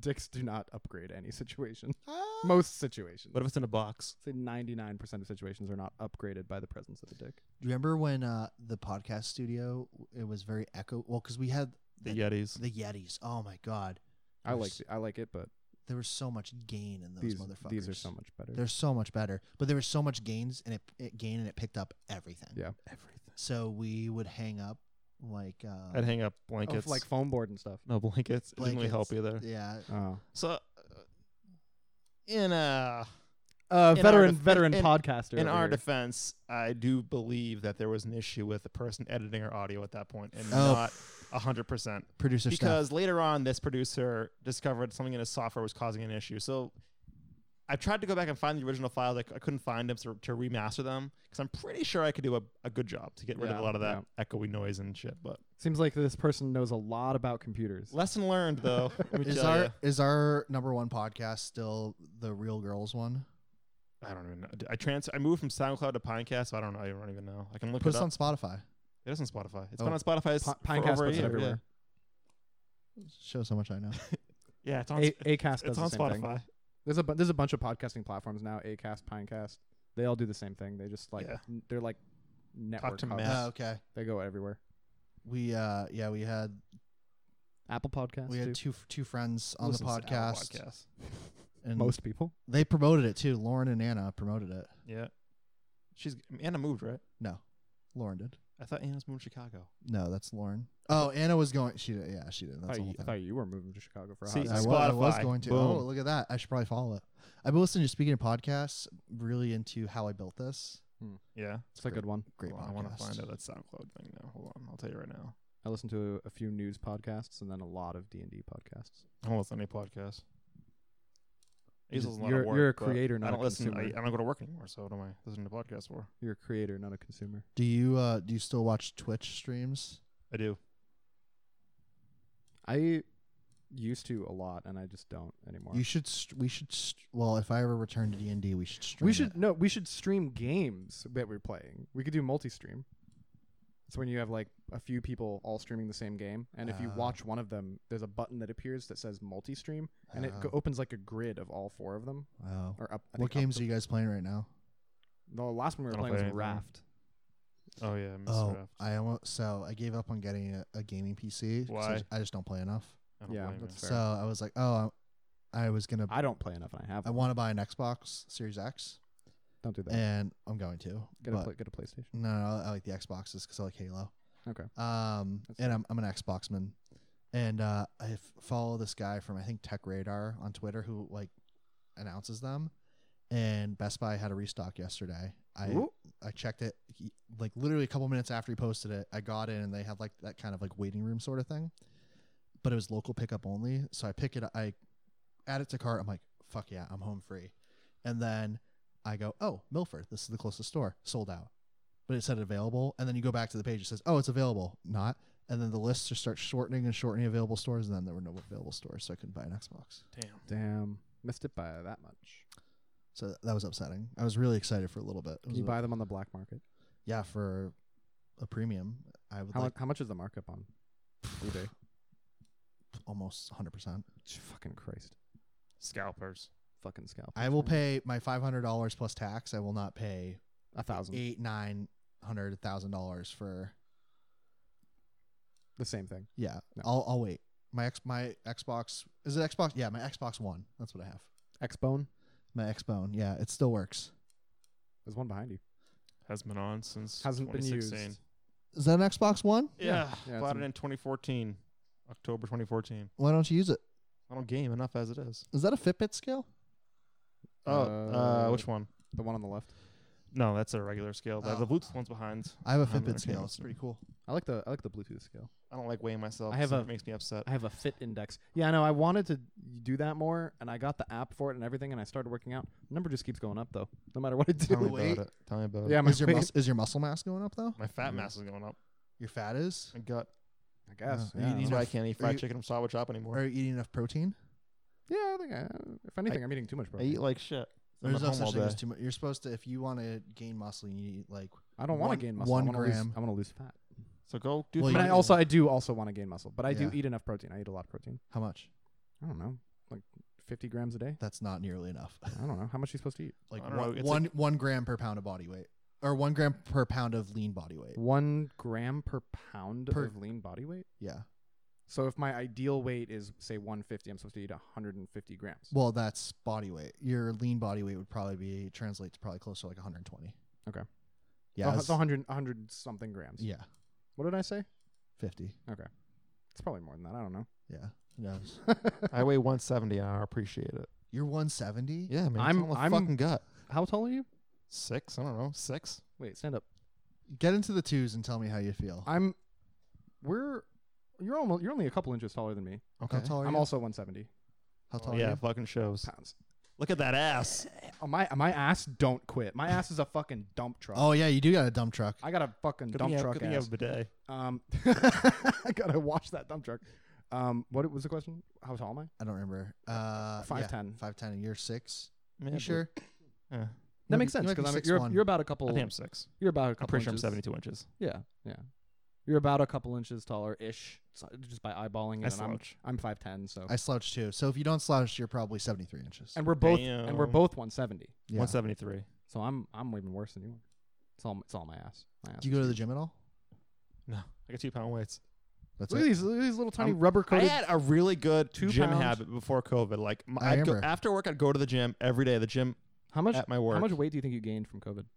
B: dicks do not upgrade any situation. *laughs*
C: Ah.
B: Most situations.
A: What if it's in a box?
B: I'd say 99% of situations are not upgraded by the presence of a dick.
C: Do you remember when uh, the podcast studio it was very echo well because we had
A: The
C: the,
A: Yetis.
C: the yetis oh my god
B: I like
C: There's-
B: the, I like it, but
C: there was so much gain in those
B: these
C: motherfuckers
B: these are so much better.
C: they're so much better but there was so much gains and it, it gained and it picked up everything
B: Yeah.
A: Everything.
C: So we would hang up like
A: I'd
C: uh
A: hang up
B: Oh, f-
A: blankets.
B: like foam board and stuff.
A: no blankets. It didn't really help
C: Blankets.
A: either.
C: yeah.
B: Oh.
A: So, uh, in uh,
B: Uh,
A: In
B: veteran
A: our def-
B: veteran
A: in-
B: podcaster.
A: in
B: over
A: our
B: here.
A: defense, I do believe that there was an issue with the person editing our audio at that point, and
C: Oh.
A: not a hundred percent.
C: Producer stuff.
A: because later on this producer discovered something in his software was causing an issue so i tried to go back and find the original files i, c- I couldn't find them so, to remaster them because i'm pretty sure i could do a, a good job to get rid of
B: Yeah,
A: a lot of that echoey noise and shit but
B: seems like this person knows a lot about computers.
A: lesson learned
B: *laughs*
A: though let me
C: Is
A: tell
C: our
A: ya.
C: is our number one podcast still the Real Girls one?
A: i don't even know i trans i moved from soundcloud to pinecast so i don't know i don't even know i can look
C: Put us
A: it up
C: on Spotify.
A: it is on spotify It's
C: Oh.
A: been on spotify s-
B: Pi-
A: for
B: Pinecast
A: over a
B: puts it
A: year,
B: everywhere.
C: Shows how much I know.
A: yeah, yeah it's on
B: A-
A: s-
B: Acast does
A: it's
B: the
A: on
B: same thing.
A: spotify
B: There's a bu- there's a bunch of podcasting platforms now. Acast, Pinecast, they all do the same thing. They just like
A: Yeah.
B: n- they're like network
A: to
B: hubs.
A: Matt.
C: Oh, okay.
B: They go everywhere.
C: We uh yeah we had
B: Apple Podcasts.
C: we had
B: too.
C: two two friends on the
A: Listens to our
C: podcast,
A: podcast.
C: and
B: most people.
C: they promoted it too. Lauren and Anna promoted it.
A: Yeah. She's Anna moved, right?
C: No, Lauren did.
A: I thought Anna's moved to Chicago.
C: No, that's Lauren. Oh, Anna was going. She did. Yeah, she did. That's
B: I thought,
C: the
B: you,
C: whole
B: I
C: thing.
B: thought you were moving to Chicago for a
A: See,
B: hot
A: you-
C: I
B: second.
C: wa- I was
A: Spotify.
C: going to. Oh,
A: Boom.
C: look at that! I should probably follow it. I've been listening to speaking of podcasts. Really into how I built this.
A: Yeah.
B: It's a good one.
C: Great
A: Hold
C: podcast.
A: on, I want to find out that SoundCloud thing now. Hold on. I'll tell you right now.
B: I listened to a, a few news podcasts and then a lot of D and D podcasts.
A: I don't listen to any podcasts. I
B: You're
A: used to listen to
B: just-
A: a lot
B: you're-
A: of work,
B: you're a
A: but
B: creator,
A: I
B: not a
A: don't listen. I,
B: consumer.
A: I don't go to work anymore, so what am I listening to podcasts for?
B: You're a creator, not a consumer.
C: Do you uh do you still watch Twitch streams?
A: I do.
B: I used to a lot, and I just don't anymore.
C: You should. St- we should. St- well, if I ever return to D and D, we should. Stream
B: we should
C: it.
B: no, we should stream games that we're playing. We could do multi-stream. It's when you have like a few people all streaming the same game, and if you
C: Ah.
B: watch one of them, there's a button that appears that says multi-stream, and it go-
C: Oh.
B: opens like a grid of all four of them.
C: Wow.
B: Or up. I
C: Uh, oh. What
B: think up
C: games
B: to-
C: are you guys playing right now?
B: The last one we
A: I
B: were
A: don't
B: playing was
A: play anything.
B: Raft.
A: Oh yeah, Mr.
C: Oh,
A: Raft.
C: I almost so I gave up on getting a, a gaming PC. 'cause I
A: Why?
C: ju- I just don't play enough.
A: I don't
B: yeah,
A: blame
B: that's
A: you.
B: Fair.
C: So I was like, oh, I, I was gonna, I,
B: I don't play enough, and I have. one.
C: want to buy an Xbox Series X,
B: Don't do that.
C: and I'm going to.
B: get a
C: eh, but
B: pla- get a PlayStation.
C: no, no, I like the Xboxes because I like Halo.
B: Okay.
C: Um,
B: That's
C: and
B: fair.
C: I'm I'm an Xboxman, and uh, I f- follow this guy from I think Tech Radar on Twitter who like announces them, and Best Buy had a restock yesterday. I
B: Ooh.
C: I checked it he- like literally a couple minutes after he posted it. I got in and they had like that kind of like waiting room sort of thing, but it was local pickup only. So I pick it, I add it to cart. I'm like, fuck yeah, I'm home free. And then I go, oh, Milford, this is the closest store, sold out. But it said available, and then you go back to the page. It says, oh, it's available, not. And then the list just starts shortening and shortening available stores, and then there were no available stores, so I couldn't buy an Xbox.
A: Damn.
B: Damn, missed it by that much.
C: So that was upsetting. I was really excited for a little bit. It
B: Can
C: was
B: you
C: a-
B: buy them on the black market?
C: yeah, for a premium, I would
B: How,
C: like
B: mu- how much is the markup on
C: *sighs*
B: eBay?
C: almost 100%.
B: Fucking Christ,
A: Scalpers.
B: fucking scalp.
C: I will pay my $500 plus tax. I will not pay
B: a
A: Mm-hmm.
B: thousand.
C: eight, nine hundred thousand dollars for
B: The same thing.
C: yeah.
B: No.
C: I'll I'll wait. My ex my Xbox is it Xbox? Yeah, my Xbox One. That's what I have.
B: Xbone.
C: My Xbone. Yeah, it still works.
B: There's one behind you.
A: Has been on since
B: Hasn't been
A: 2016.
B: used.
C: Is that an Xbox One?
A: Yeah,
B: Yeah, it's
A: bought
B: a-
A: it in 2014, October 2014.
C: Why don't you use it?
A: I don't game enough as it is.
C: Is that a Fitbit scale?
A: Oh, uh,
B: Uh,
A: which one?
B: The one on the left.
A: No, that's a regular scale. The- The
C: Oh.
A: Bluetooth one's behind.
C: I have a
A: I'm not
C: Fitbit scale.
A: gaming.
C: It's pretty cool.
B: I like the I like the Bluetooth scale.
A: I don't like weighing myself.
B: I have
A: so
B: a-
A: it makes me upset.
B: I have a Fit Index. Yeah, I know. I wanted to do that more, and I got the app for it and everything, and I started working out. The number just keeps going up though, no matter what
A: *laughs*
B: I
A: Tell me
B: *laughs* do.
C: Wait.
A: about it. Tell me about
B: yeah,
A: it.
B: my
C: is your
B: weight-
C: mus- is your muscle mass going up though?
A: My fat
B: Mhm.
A: mass is going up.
C: Your fat is.
A: My gut.
B: I guess.
C: Yeah.
B: Yeah,
C: You need
A: That's
B: I don't know.
A: why
C: to-
A: I can't eat
C: are you-
A: fried chicken from Salvage Shop anymore.
C: Are you eating enough protein?
B: yeah, I think I, if anything, I, am eating too much
A: I
B: protein.
A: eat like shit. I'm
C: There's
A: at
C: no
A: home all
C: such thing as
A: day.
C: too much. You're supposed to, if you want to gain muscle, you need to eat like
B: I don't want
C: one-
B: to gain muscle.
C: one
B: I wanna lose-
C: gram.
B: I want to lose fat.
A: So go do.
C: Well,
B: But
C: you-
B: I also I do also want to gain muscle, but I do
C: Yeah.
B: eat enough protein. I eat a lot of protein.
C: how much?
B: I don't know, like 50 grams a day.
C: That's not nearly enough. *laughs*
B: I don't know how much are you supposed to eat.
C: like
A: I
C: one
A: don't know,
C: one
A: it's
C: one gram per pound of body weight or one gram per pound of lean body weight
B: One gram per pound
C: Per-
B: of lean body weight.
C: yeah
B: So if my ideal weight is say 150, I'm supposed to eat 150 grams.
C: well that's body weight your lean body weight would probably be translate to probably closer to like 120
B: Okay.
C: yeah
B: so,
C: it's-
B: so 100, 100 something grams.
C: yeah
B: What did I say?
C: 50
B: It's probably more than that. I don't know.
C: yeah who knows
A: *laughs* I weigh 170. I appreciate it.
C: you're 170
A: Yeah, man.
B: I'm-
A: I'm,
B: I'm-
A: fucking gut.
B: How tall are you?
A: Six. I don't know. Six.
B: Wait, stand up.
C: get into the twos and tell me how you feel
B: I'm. We're. You're almost. You're only a couple inches taller than me.
C: how tall are
B: I'm
C: you
B: also 170
C: how tall
A: yeah,
C: are you
A: fucking shows.
B: pounds.
A: Look at that
B: *laughs*
A: ass.
B: Oh, my my ass don't quit. My ass is a fucking dump truck.
C: oh yeah you do got a dump truck
B: I got a fucking
A: thing
B: dump
A: you have-
B: truck
A: Good thing you
B: ass.
A: have a bidet.
B: Um, *laughs* I gotta wash that dump truck. Um, what was the question? How tall am I?
C: i don't remember uh
B: 5'10".
C: 510 and you're six
A: Yeah,
C: you
A: but-
C: sure
A: Yeah.
B: That
C: might
B: makes
C: be-
B: sense
C: you might be
B: because I'm
C: 6'1".
B: you're, you're about a couple.
A: I think I'm six.
B: You're about a couple.
A: I'm pretty sure I'm
B: inches-
A: 72 inches.
B: Yeah, yeah. You're about a couple inches taller ish, just by eyeballing
A: I
B: it. and I'm
A: slouch.
B: I'm five ten, so
C: i slouched too so if you don't slouch you're probably 73 inches
B: and we're both and we're
A: Damn.
B: both one seventy.
C: yeah.
A: 173.
B: So I'm I'm even worse than you are. It's all it's all my ass. My ass.
C: Do you go to the gym at all?
A: No, I got two pound weights.
C: That's
B: look at
C: it.
B: these look at these little tiny
A: I'm-
B: rubber
A: I
B: coated.
A: had a really good
B: Two
A: gym
B: pounds.
A: habit before COVID. Like my,
C: I
A: I'd go,
C: remember.
A: after work, I'd go to the gym every day. The gym
B: How much
A: at my work.
B: how much weight do you think you gained from COVID?
A: *sighs*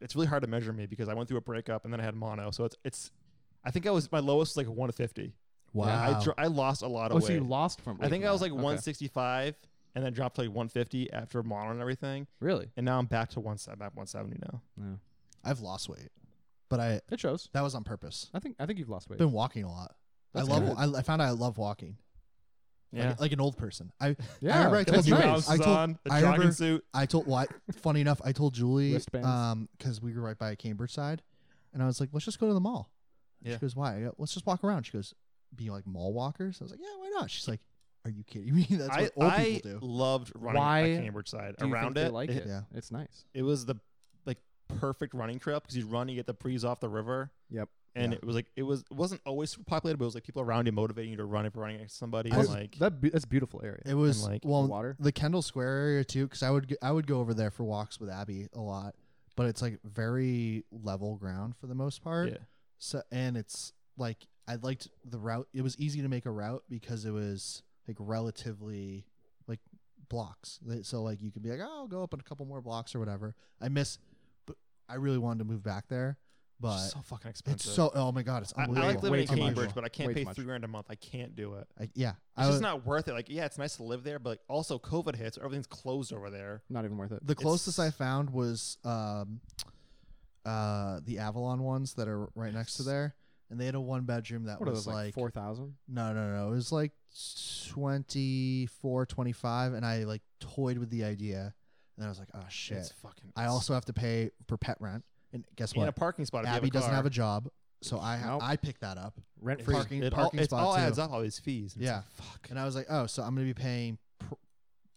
A: It's really hard to measure me because I went through a breakup and then I had mono. So it's it's. I think I was my lowest was like 150.
C: Wow.
A: And I dro- I lost a lot of
B: Oh,
A: weight.
B: so you lost from?
A: I
B: weight
A: think
B: from
A: I was
B: that.
A: like
B: Okay.
A: 165 and then dropped to like 150 after mono and everything.
B: Really?
A: And now I'm back to one, I'm at 170 now.
B: Yeah.
C: I've lost weight, but I
B: It shows.
C: that was on purpose.
B: I think I think you've lost weight.
C: I've been walking a lot.
B: That's
C: I love.
B: good.
C: I, I found out I love walking. Like-
A: Yeah.
C: Like, an old person. I
B: Yeah,
C: I remember I
B: that's
C: told
A: Two
C: you.
B: nice.
A: ounces
C: I told.
A: on, the
C: I
A: jogging
C: remember-
A: suit.
C: I told. Well, I, funny enough, I told Julie
B: Wristbands.
C: um because we were right by Cambridge side, and I was like, let's just go to the mall.
A: Yeah.
C: She goes, why? I go, let's just walk around. She goes, be like mall walkers. I was like, yeah, why not? She's like, are you kidding me? *laughs* That's
A: I,
C: what old
A: I
C: people do.
A: loved running
B: Why
A: at Cambridge side
B: Do you
A: around
B: think they
A: it.
B: like
A: it.
B: it?
C: Yeah.
B: It's nice.
A: it was the like perfect running trail because you run, you get the breeze off the river.
B: Yep.
A: And
C: Yeah.
A: it was like it was it wasn't always super populated, but it was like people around you motivating you to run if you're running next to somebody.
C: Plus,
A: and, like
B: That be- that's a beautiful area.
C: It was
A: like,
C: well,
B: the water.
C: the Kendall Square area too, because I would g- I would go over there for walks with Abby a lot, but it's like very level ground for the most part.
A: yeah.
C: So and it's like I liked the route. It was easy to make a route because it was like relatively like blocks. Th- So like you could be like, oh, I'll go up a couple more blocks or whatever. I miss, but I really wanted to move back there, but
A: It's so fucking expensive.
C: it's so oh my god, it's
A: I, I
C: unbelievable.
A: like living
B: Way
A: in
B: too much.
A: Cambridge, but I can't
B: Way
A: pay
B: too much.
A: three grand a month. I can't do it.
C: I, yeah,
A: It's
C: I
A: just
C: was-
A: not worth it. Like, yeah, it's nice to live there, but like, also COVID hits. Everything's closed over there.
B: Not even worth it.
C: The closest I
A: It's-
C: found was um, uh, the Avalon ones that are right next to
A: Yes.
C: there, and they had a one bedroom that
B: What are
C: was
B: those like four thousand?
C: no, no, no, it was like 24, 25, and I like toyed with the idea, and I was like, oh shit,
A: It's fucking.
C: I also have to pay for pet rent, and guess
A: in a
C: what?
A: parking spot. If
C: Abby
A: you have a
C: doesn't
A: car.
C: have a job, so I ha-
B: Nope.
C: I picked that up,
B: Rent
A: It's-
B: free.
C: parking-
A: it
C: parking
A: all,
C: spot,
A: It all
C: too.
A: adds up all these fees. and it's
C: Yeah.
A: like, fuck.
C: and I was like, oh, so I'm gonna be paying. Pr-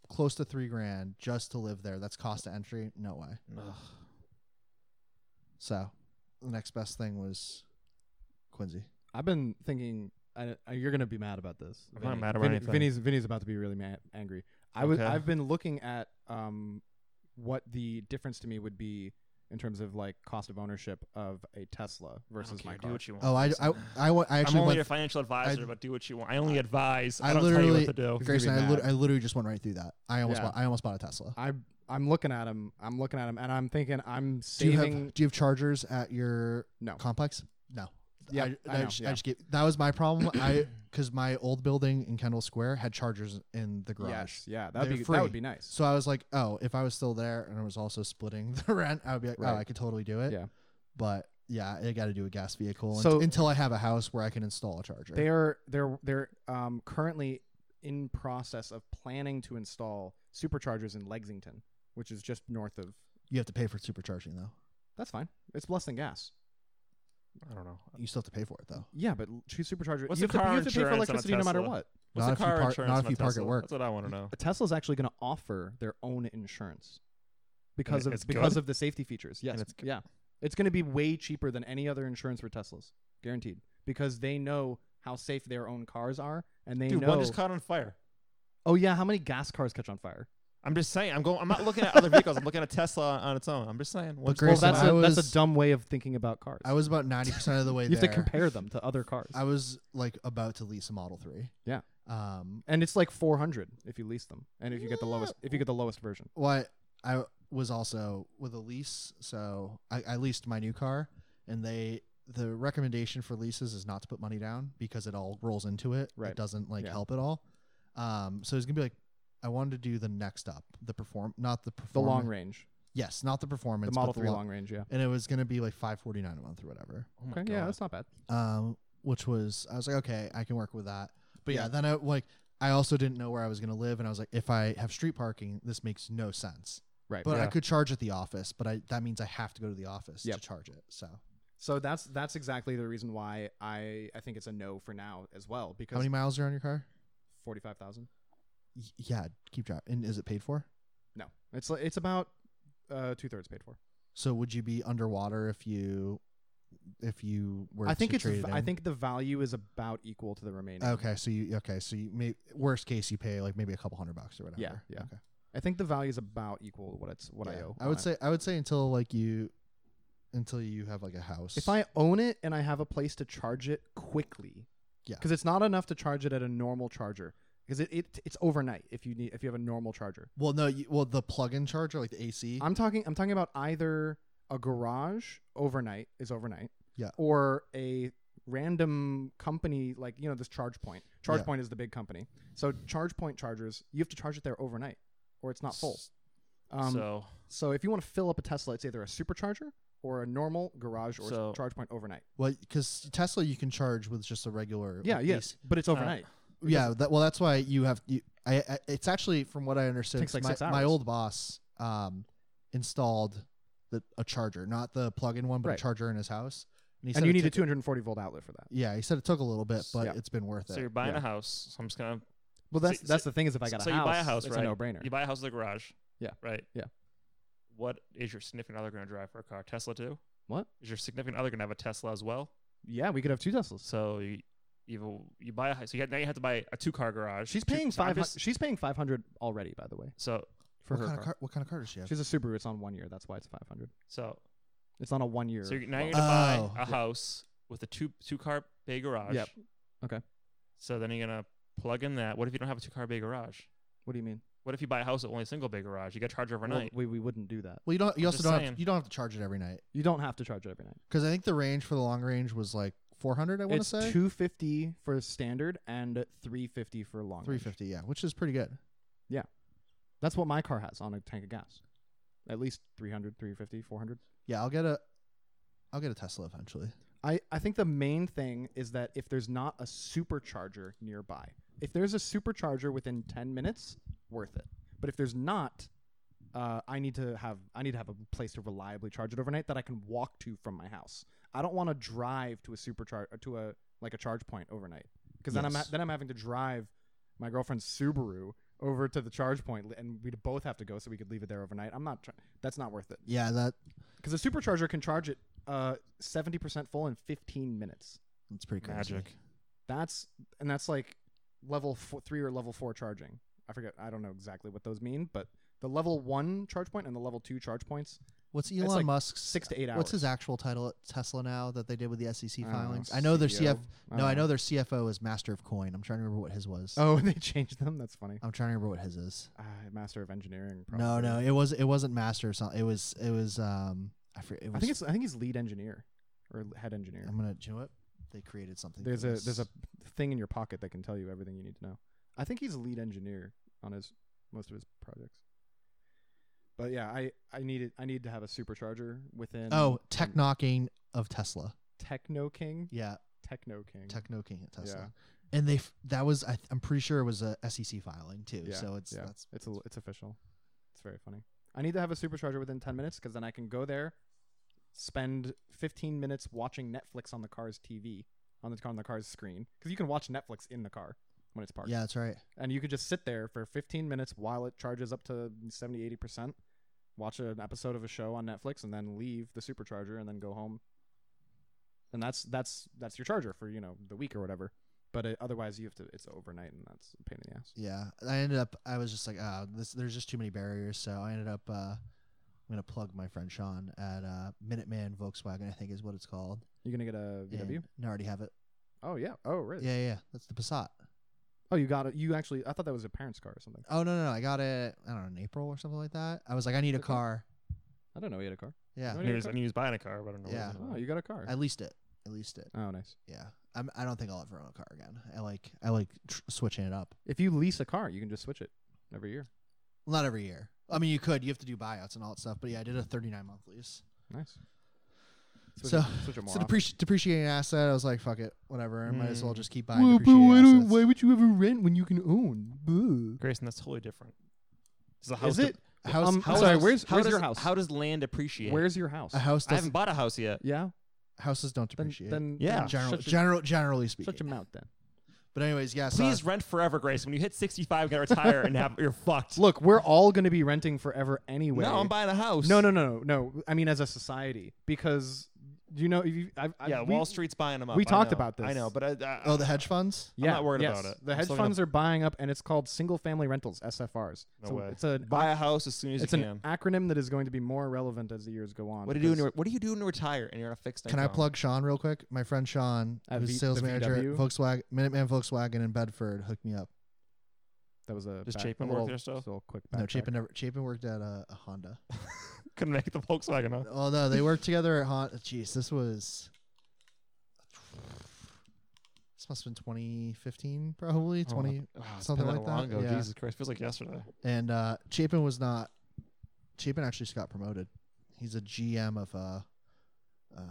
C: close to three grand just to live there that's cost of entry no way
A: Ugh.
C: so the next best thing was quincy
B: I've been thinking. I, I- you're gonna be mad about this.
A: I'm not
B: Vinny.
A: mad about
B: Vinny,
A: anything.
B: Vinny's Vinny's about to be really mad, angry. I was.
A: Okay.
B: I've been looking at um, what the difference to me would be in terms of like cost of ownership of a Tesla
A: I don't
B: versus
A: care.
B: my
A: do
B: car.
A: what you want.
C: Oh, I, I, I, went, I
A: am
C: actually
A: only
C: went.
A: your financial advisor,
C: I-
A: but do what you want. I only advise. I,
C: I
A: don't tell you what
C: literally-
A: to do.
B: He's gonna
C: Grayson,
B: be
C: I,
B: mad.
C: lit- I literally just went right through that. I almost,
B: Yeah.
C: bought, I almost bought a Tesla.
B: I I'm looking at him. I'm looking at him, and I'm thinking
C: Do
B: I'm
C: you
B: saving.
C: have, do you have chargers at your
B: no,
C: complex? No. I,
B: Yeah, I know,
C: just,
B: yeah.
C: just get- that was my problem. I, *coughs* because my old building in Kendall Square had chargers in the garage.
B: yes, yeah, that would
C: They're
B: be
C: free.
B: that would be nice.
C: So I was like, oh, if I was still there and I was also splitting *laughs* the rent, I would be like, oh,
B: Right.
C: I could totally do it.
B: Yeah.
C: But yeah, I got to do a gas vehicle un-
B: So-
C: until I have a house where I can install a charger.
B: They are they're they're um, currently in process of planning to install superchargers in Lexington, which is just north of.
C: you have to pay for supercharging though.
B: That's fine. It's less than gas.
A: I don't know.
C: You still have to pay for it though.
B: Yeah, but l- choose supercharger.
A: What's
B: you
A: the
B: have
A: car
B: to, you have to pay for
A: insurance on a
B: electricity no matter
A: Tesla?
B: what.
A: What's
C: Not if
A: the
C: you
A: car
C: park-
A: insurance
C: not
A: on
C: if
A: a
C: you park at
A: Tesla?
C: work.
A: That's what I want to know.
B: Tesla's actually going to offer their own insurance because
A: it-
B: of
A: it's
B: because
A: good?
B: of the safety features. Yes,
A: it's good?
B: yeah, it's going to be way cheaper than any other insurance for Teslas, guaranteed, because they know how safe their own cars are, and they
A: Dude,
B: know.
A: one just caught on fire.
B: oh yeah, how many gas cars catch on fire?
A: I'm just saying. I'm going. I'm not looking at other vehicles. I'm looking at Tesla on its own. I'm just saying. One
C: But
A: just
B: Well,
A: caught
C: Grayson,
A: on
B: that's
A: fire.
B: a,
C: I
B: that's
C: was-
B: a dumb way of thinking about cars.
C: I was about ninety percent of the way
B: *laughs* you have
C: there.
B: to compare them to other cars,
C: *laughs* I was like about to lease a Model Three.
B: Yeah.
C: Um.
B: and it's like 400 if you lease them, and if you get the
C: Yeah.
B: lowest, if you get the lowest version.
C: What I was also with a lease, so I, I leased my new car, and they the recommendation for leases is not to put money down because it all rolls into it.
B: Right.
C: It doesn't like
B: Yeah.
C: help at all. Um. So it's gonna be like, I wanted to do the next up, the perform, not the
B: The
C: perform.
B: long range,
C: Yes, not the performance.
B: the
C: but
B: Model 3
C: lo-
B: long range, yeah. uh,
C: And it was gonna be like five forty nine a month or whatever.
A: Oh my
B: Okay,
A: god.
B: yeah, that's not bad.
C: um, which was I was like, okay, I can work with that. But yeah,
B: Yeah.
C: then I like I also didn't know where I was gonna live, and I was like, if I have street parking, this makes no sense.
B: Right,
C: But I
B: yeah.
C: could charge at the office, but I that means I have to go to the office
B: Yep.
C: to charge it. So
B: So that's that's exactly the reason why I I think it's a no for now as well
C: how
B: because
C: many miles are on your car?
B: forty five thousand.
C: Y- yeah, keep track. And is it paid for?
B: No, it's li- it's about uh, two thirds paid for.
C: So would you be underwater if you if you were?
B: I think
C: to
B: it's
C: trade it
B: v- I
C: in?
B: think the value is about equal to the remaining.
C: Okay, so you okay, so you may worst case you pay like maybe a couple hundred bucks or whatever.
B: Yeah, yeah.
C: Okay.
B: I think the value is about equal to what it's what I
C: Yeah.
B: owe.
C: I would
B: on it.
C: say I would say until like you until you have like a house.
B: If I own it and I have a place to charge it quickly,
C: Yeah.
B: because it's not enough to charge it at a normal charger because it, it it's overnight if you need if you have a normal charger.
C: well, no, you, well the plug-in charger, like the AC.
B: I'm talking I'm talking about either a garage overnight is overnight,
C: Yeah.
B: or a random company like you know this charge point. Charge
C: Yeah.
B: point is the big company, so charge point chargers you have to charge it there overnight or it's not full. Um, so.
A: so
B: if you want to fill up a Tesla, it's either a supercharger or a normal garage or
A: So-
B: charge point overnight.
C: well, because Tesla you can charge with just a regular.
B: Yeah,
C: like,
B: yes,
C: AC.
B: but it's overnight. It
C: yeah. That, well, that's why you have. You, I, I. It's actually from what I understood.
B: Takes like
C: my,
B: six
C: my
B: hours.
C: old boss um installed the a charger, not the plug-in one, but
B: Right.
C: a charger in his house. he
B: and
C: said
B: you
C: it
B: need a
C: took-
B: 240 volt outlet for that.
C: Yeah, he said it took a little bit, but
B: Yeah.
C: it's been worth it.
A: so you're buying
B: yeah.
A: a house. So I'm just gonna
B: Well, that's
A: So-
B: that's the thing is if I
A: so-
B: got
A: so
B: a,
A: you
B: house,
A: buy a house,
B: it's
A: right?
B: a no-brainer.
A: you buy a house with a garage.
B: Yeah.
A: Right.
B: Yeah.
A: What is your significant other gonna drive for a car? Tesla too.
B: What?
A: Is your significant other gonna have a Tesla as well?
B: yeah, we could have two Teslas.
A: So you you, you buy a house. So you got, now you have to buy a two car garage.
B: She's
A: Two-
B: paying
A: so I'm
B: five.
A: just-
B: She's paying five hundred already, by the way,
A: So
B: for
C: what
B: her
C: kind
B: car.
C: of car? What kind of car does she have?
B: She's a Subaru. It's on one year. That's why it's five hundred.
A: so
B: It's on a one year.
A: so you're, now you're
B: loan.
A: gonna
C: Oh,
A: buy a
C: yeah.
A: house with a two two car bay garage.
B: Yep. Okay.
A: So then you're gonna plug in that. What if you don't have a two car bay garage?
B: what do you mean?
A: What if you buy a house with only a single bay garage? You got to charge
B: Well,
A: overnight.
B: we we wouldn't do that.
C: well, you don't. You also
A: just
C: don't. Have
A: saying.
C: to, you don't have to charge it every night
B: You don't have to charge it every night.
C: because I think the range for the long range was like 400. I want to
B: it's
C: say
B: two fifty for standard and three fifty for long. range.
C: 350. Yeah, which is pretty good.
B: That's what my car has on a tank of gas. At least 300, 350, 400.
C: Yeah, I'll get a. I'll get a Tesla eventually.
B: I, I think the main thing is that if there's not a supercharger nearby, if there's a supercharger within 10 minutes, worth it. But if there's not, uh, I need to have I need to have a place to reliably charge it overnight that I can walk to from my house. I don't want to drive to a supercharger to a like a charge point overnight because then I'm ha-
C: Yes.
B: then I'm having to drive my girlfriend's Subaru over to the charge point li- and we'd both have to go so we could leave it there overnight. I'm not try- that's not worth it
C: Yeah, that
B: because a supercharger can charge it uh, 70% full in 15 minutes.
C: that's pretty crazy.
A: Magic.
B: That's and that's like level four, three or level four charging. I forget. I don't know exactly what those mean, but the level one charge point and the level two charge points,
C: What's
B: It's
C: Elon
B: like
C: Musk's?
B: six to eight hours. Uh,
C: What's his actual title at Tesla now that they did with the SEC
B: I don't know,
C: filings? I know, their
B: CEO?
C: CF. no, I
B: E don't
C: know E their CFO is Master of Coin. I'm trying to remember what his was.
B: Uh, Oh, *laughs* they changed them. That's funny.
C: I'm trying to remember what his is.
B: Uh, master of engineering.
C: No,
B: Probably.
C: no, it was it wasn't Master. Or something. It was it was um. I forget. It was,
B: I think it's. I think he's lead engineer or l- head engineer.
C: I'm gonna. You know what? They created something. for
B: there's a
C: this.
B: there's a thing in your pocket that can tell you everything you need to know. I think he's a lead engineer on his most of his projects. But yeah, I I needed I need to have a supercharger within.
C: Oh, tech knocking of Tesla.
B: Techno King,
C: Yeah,
B: Techno King.
C: tech knocking at Tesla. And they f- that was I, th- I'm pretty sure it was a SEC filing too.
B: Yeah,
C: so it's
B: yeah.
C: that's
B: It's a, it's official. It's very funny. I need to have a supercharger within 10 minutes because then I can go there, spend 15 minutes watching Netflix on the car's TV, on the on the car's screen, because you can watch Netflix in the car when it's parked.
C: yeah, that's right.
B: And you could just sit there for 15 minutes while it charges up to 70, 80%, watch an episode of a show on Netflix, and then leave the supercharger and then go home. And that's that's that's your charger for you know the week or whatever. But it, otherwise, you have to it's overnight, and that's a pain in the ass.
C: Yeah, I ended up. I was just like, ah, this, there's just too many barriers. So I ended up. Uh, I'm gonna plug my friend Sean at uh, Minuteman Volkswagen. I think is what it's called.
B: You're gonna get a
C: And
B: VW.
C: I already have it.
B: Oh yeah. Oh really?
C: Yeah, yeah, yeah, that's the Passat.
B: Oh, you got it. You actually, I thought that was a parent's car or something.
C: Oh no, no, no, I got it. I don't know, in April or something like that. I was like, I need a
B: Okay.
C: car.
B: I don't know. You had a car.
C: Yeah,
A: I
B: Right.
A: knew, he was, I knew he was buying a car, but I don't know. what
C: Yeah.
A: it was.
B: Oh, you got a car.
C: I leased it. I leased it.
B: oh, nice.
C: Yeah, I'm. I don't think I'll ever own a car again. I like. I like tr- switching it up.
B: If you lease a car, you can just switch it every year.
C: Well, not every year. I mean, you could. You have to do buyouts and all that stuff. But yeah, I did a 39 month lease.
B: Nice.
C: So-
B: it, switch it more.
C: It's an
B: often.
C: depreci- depreciating asset. I was like, fuck it, whatever. I might as well
A: Mm.
C: just keep buying depreciating assets.
B: would you ever rent when you can own? Boo.
A: Grayson, that's totally different. Is, the
B: Is
A: de-
B: it?
C: House,
B: Um,
C: house,
B: sorry, where's
A: how
B: where's
A: does,
B: your house?
A: How does land appreciate?
B: where's your house?
C: a house
A: I haven't
C: doesn't
A: bought a house
B: *laughs*
A: yet.
B: yeah.
C: houses don't
B: Then
C: depreciate.
B: then
A: Yeah.
B: Then
C: general,
B: shut, your-
C: general, generally speaking.
B: shut your mouth then.
C: but anyways, yeah. So I-
A: Please rent forever, Grayson. When you hit 65, you gotta retire and have you're fucked.
B: Look, we're all gonna be renting forever anyway.
A: no, I'm buying a house.
B: No, no, no, no. I mean, as a society, because Do you know? If you, I've, I've-
A: yeah,
B: we-
A: Wall Street's buying them up.
B: we
A: I
B: talked
A: know.
B: about this.
A: I know, but I, I,
C: Oh, the hedge funds.
A: I'm
B: yeah,
A: not worried
B: yes.
A: about it.
B: The
A: I'm
B: hedge
A: still gonna
B: funds are buying up, and it's called single family rentals (SFRs).
A: No
B: so
A: way.
B: it's a
A: buy a house as soon as
B: it's
A: you
B: an
A: can.
B: acronym that is going to be more relevant as the years go on.
A: What do you do? When
B: because-
A: you what do you do when you retire and you're on a fixed
C: Can I
A: *laughs* income?
C: plug Sean real quick? My friend Sean,
B: At
C: who's
B: V-
C: sales
B: the
C: manager at
B: VW?
C: Volkswagen, Minuteman Volkswagen in Bedford, hooked me up.
B: That was a
A: Does
B: back-
A: Chapin
B: a
A: work
B: little-
A: there still?
B: just a little quick
C: No,
B: backtrack.
C: Chapin never. Chapin worked at a, a Honda.
A: Couldn't make it the
C: *laughs*
A: Volkswagen. Huh?
C: Oh no, they worked together at Honda. Jeez, this was. This must have been 2015, probably
A: Oh my-
C: 20.
A: wow, it's
C: something
A: been
C: like that,
A: long Ago.
C: yeah.
A: Jesus Christ, feels like yesterday.
C: and uh, Chapin was not. Chapin actually just got promoted. He's a GM of a uh,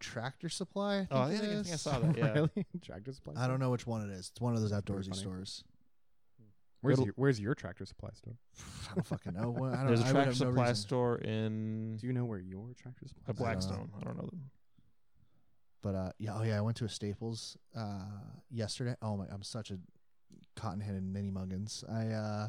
C: tractor supply. I think
A: Oh,
C: it
A: I think, I think I
C: is.
A: saw
B: *laughs*
A: that. *laughs* Yeah,
B: really? Tractor supply.
C: I don't know which one it is. It's one of those
B: pretty
C: outdoorsy
B: funny.
C: stores.
B: Where's
A: Little-
B: your, where's your tractor supply store?
C: I don't fucking
A: *laughs*
C: know. What, I don't.
A: there's
C: I
A: a
C: would
A: tractor
C: have no
A: supply
C: reason.
A: store in
B: Do you know where your tractor supply?
A: at
B: store
A: Blackstone. I don't know them.
C: But uh, yeah, oh yeah, I went to a Staples uh, yesterday. Oh my, I'm such a cotton-headed ninny muggins. I uh,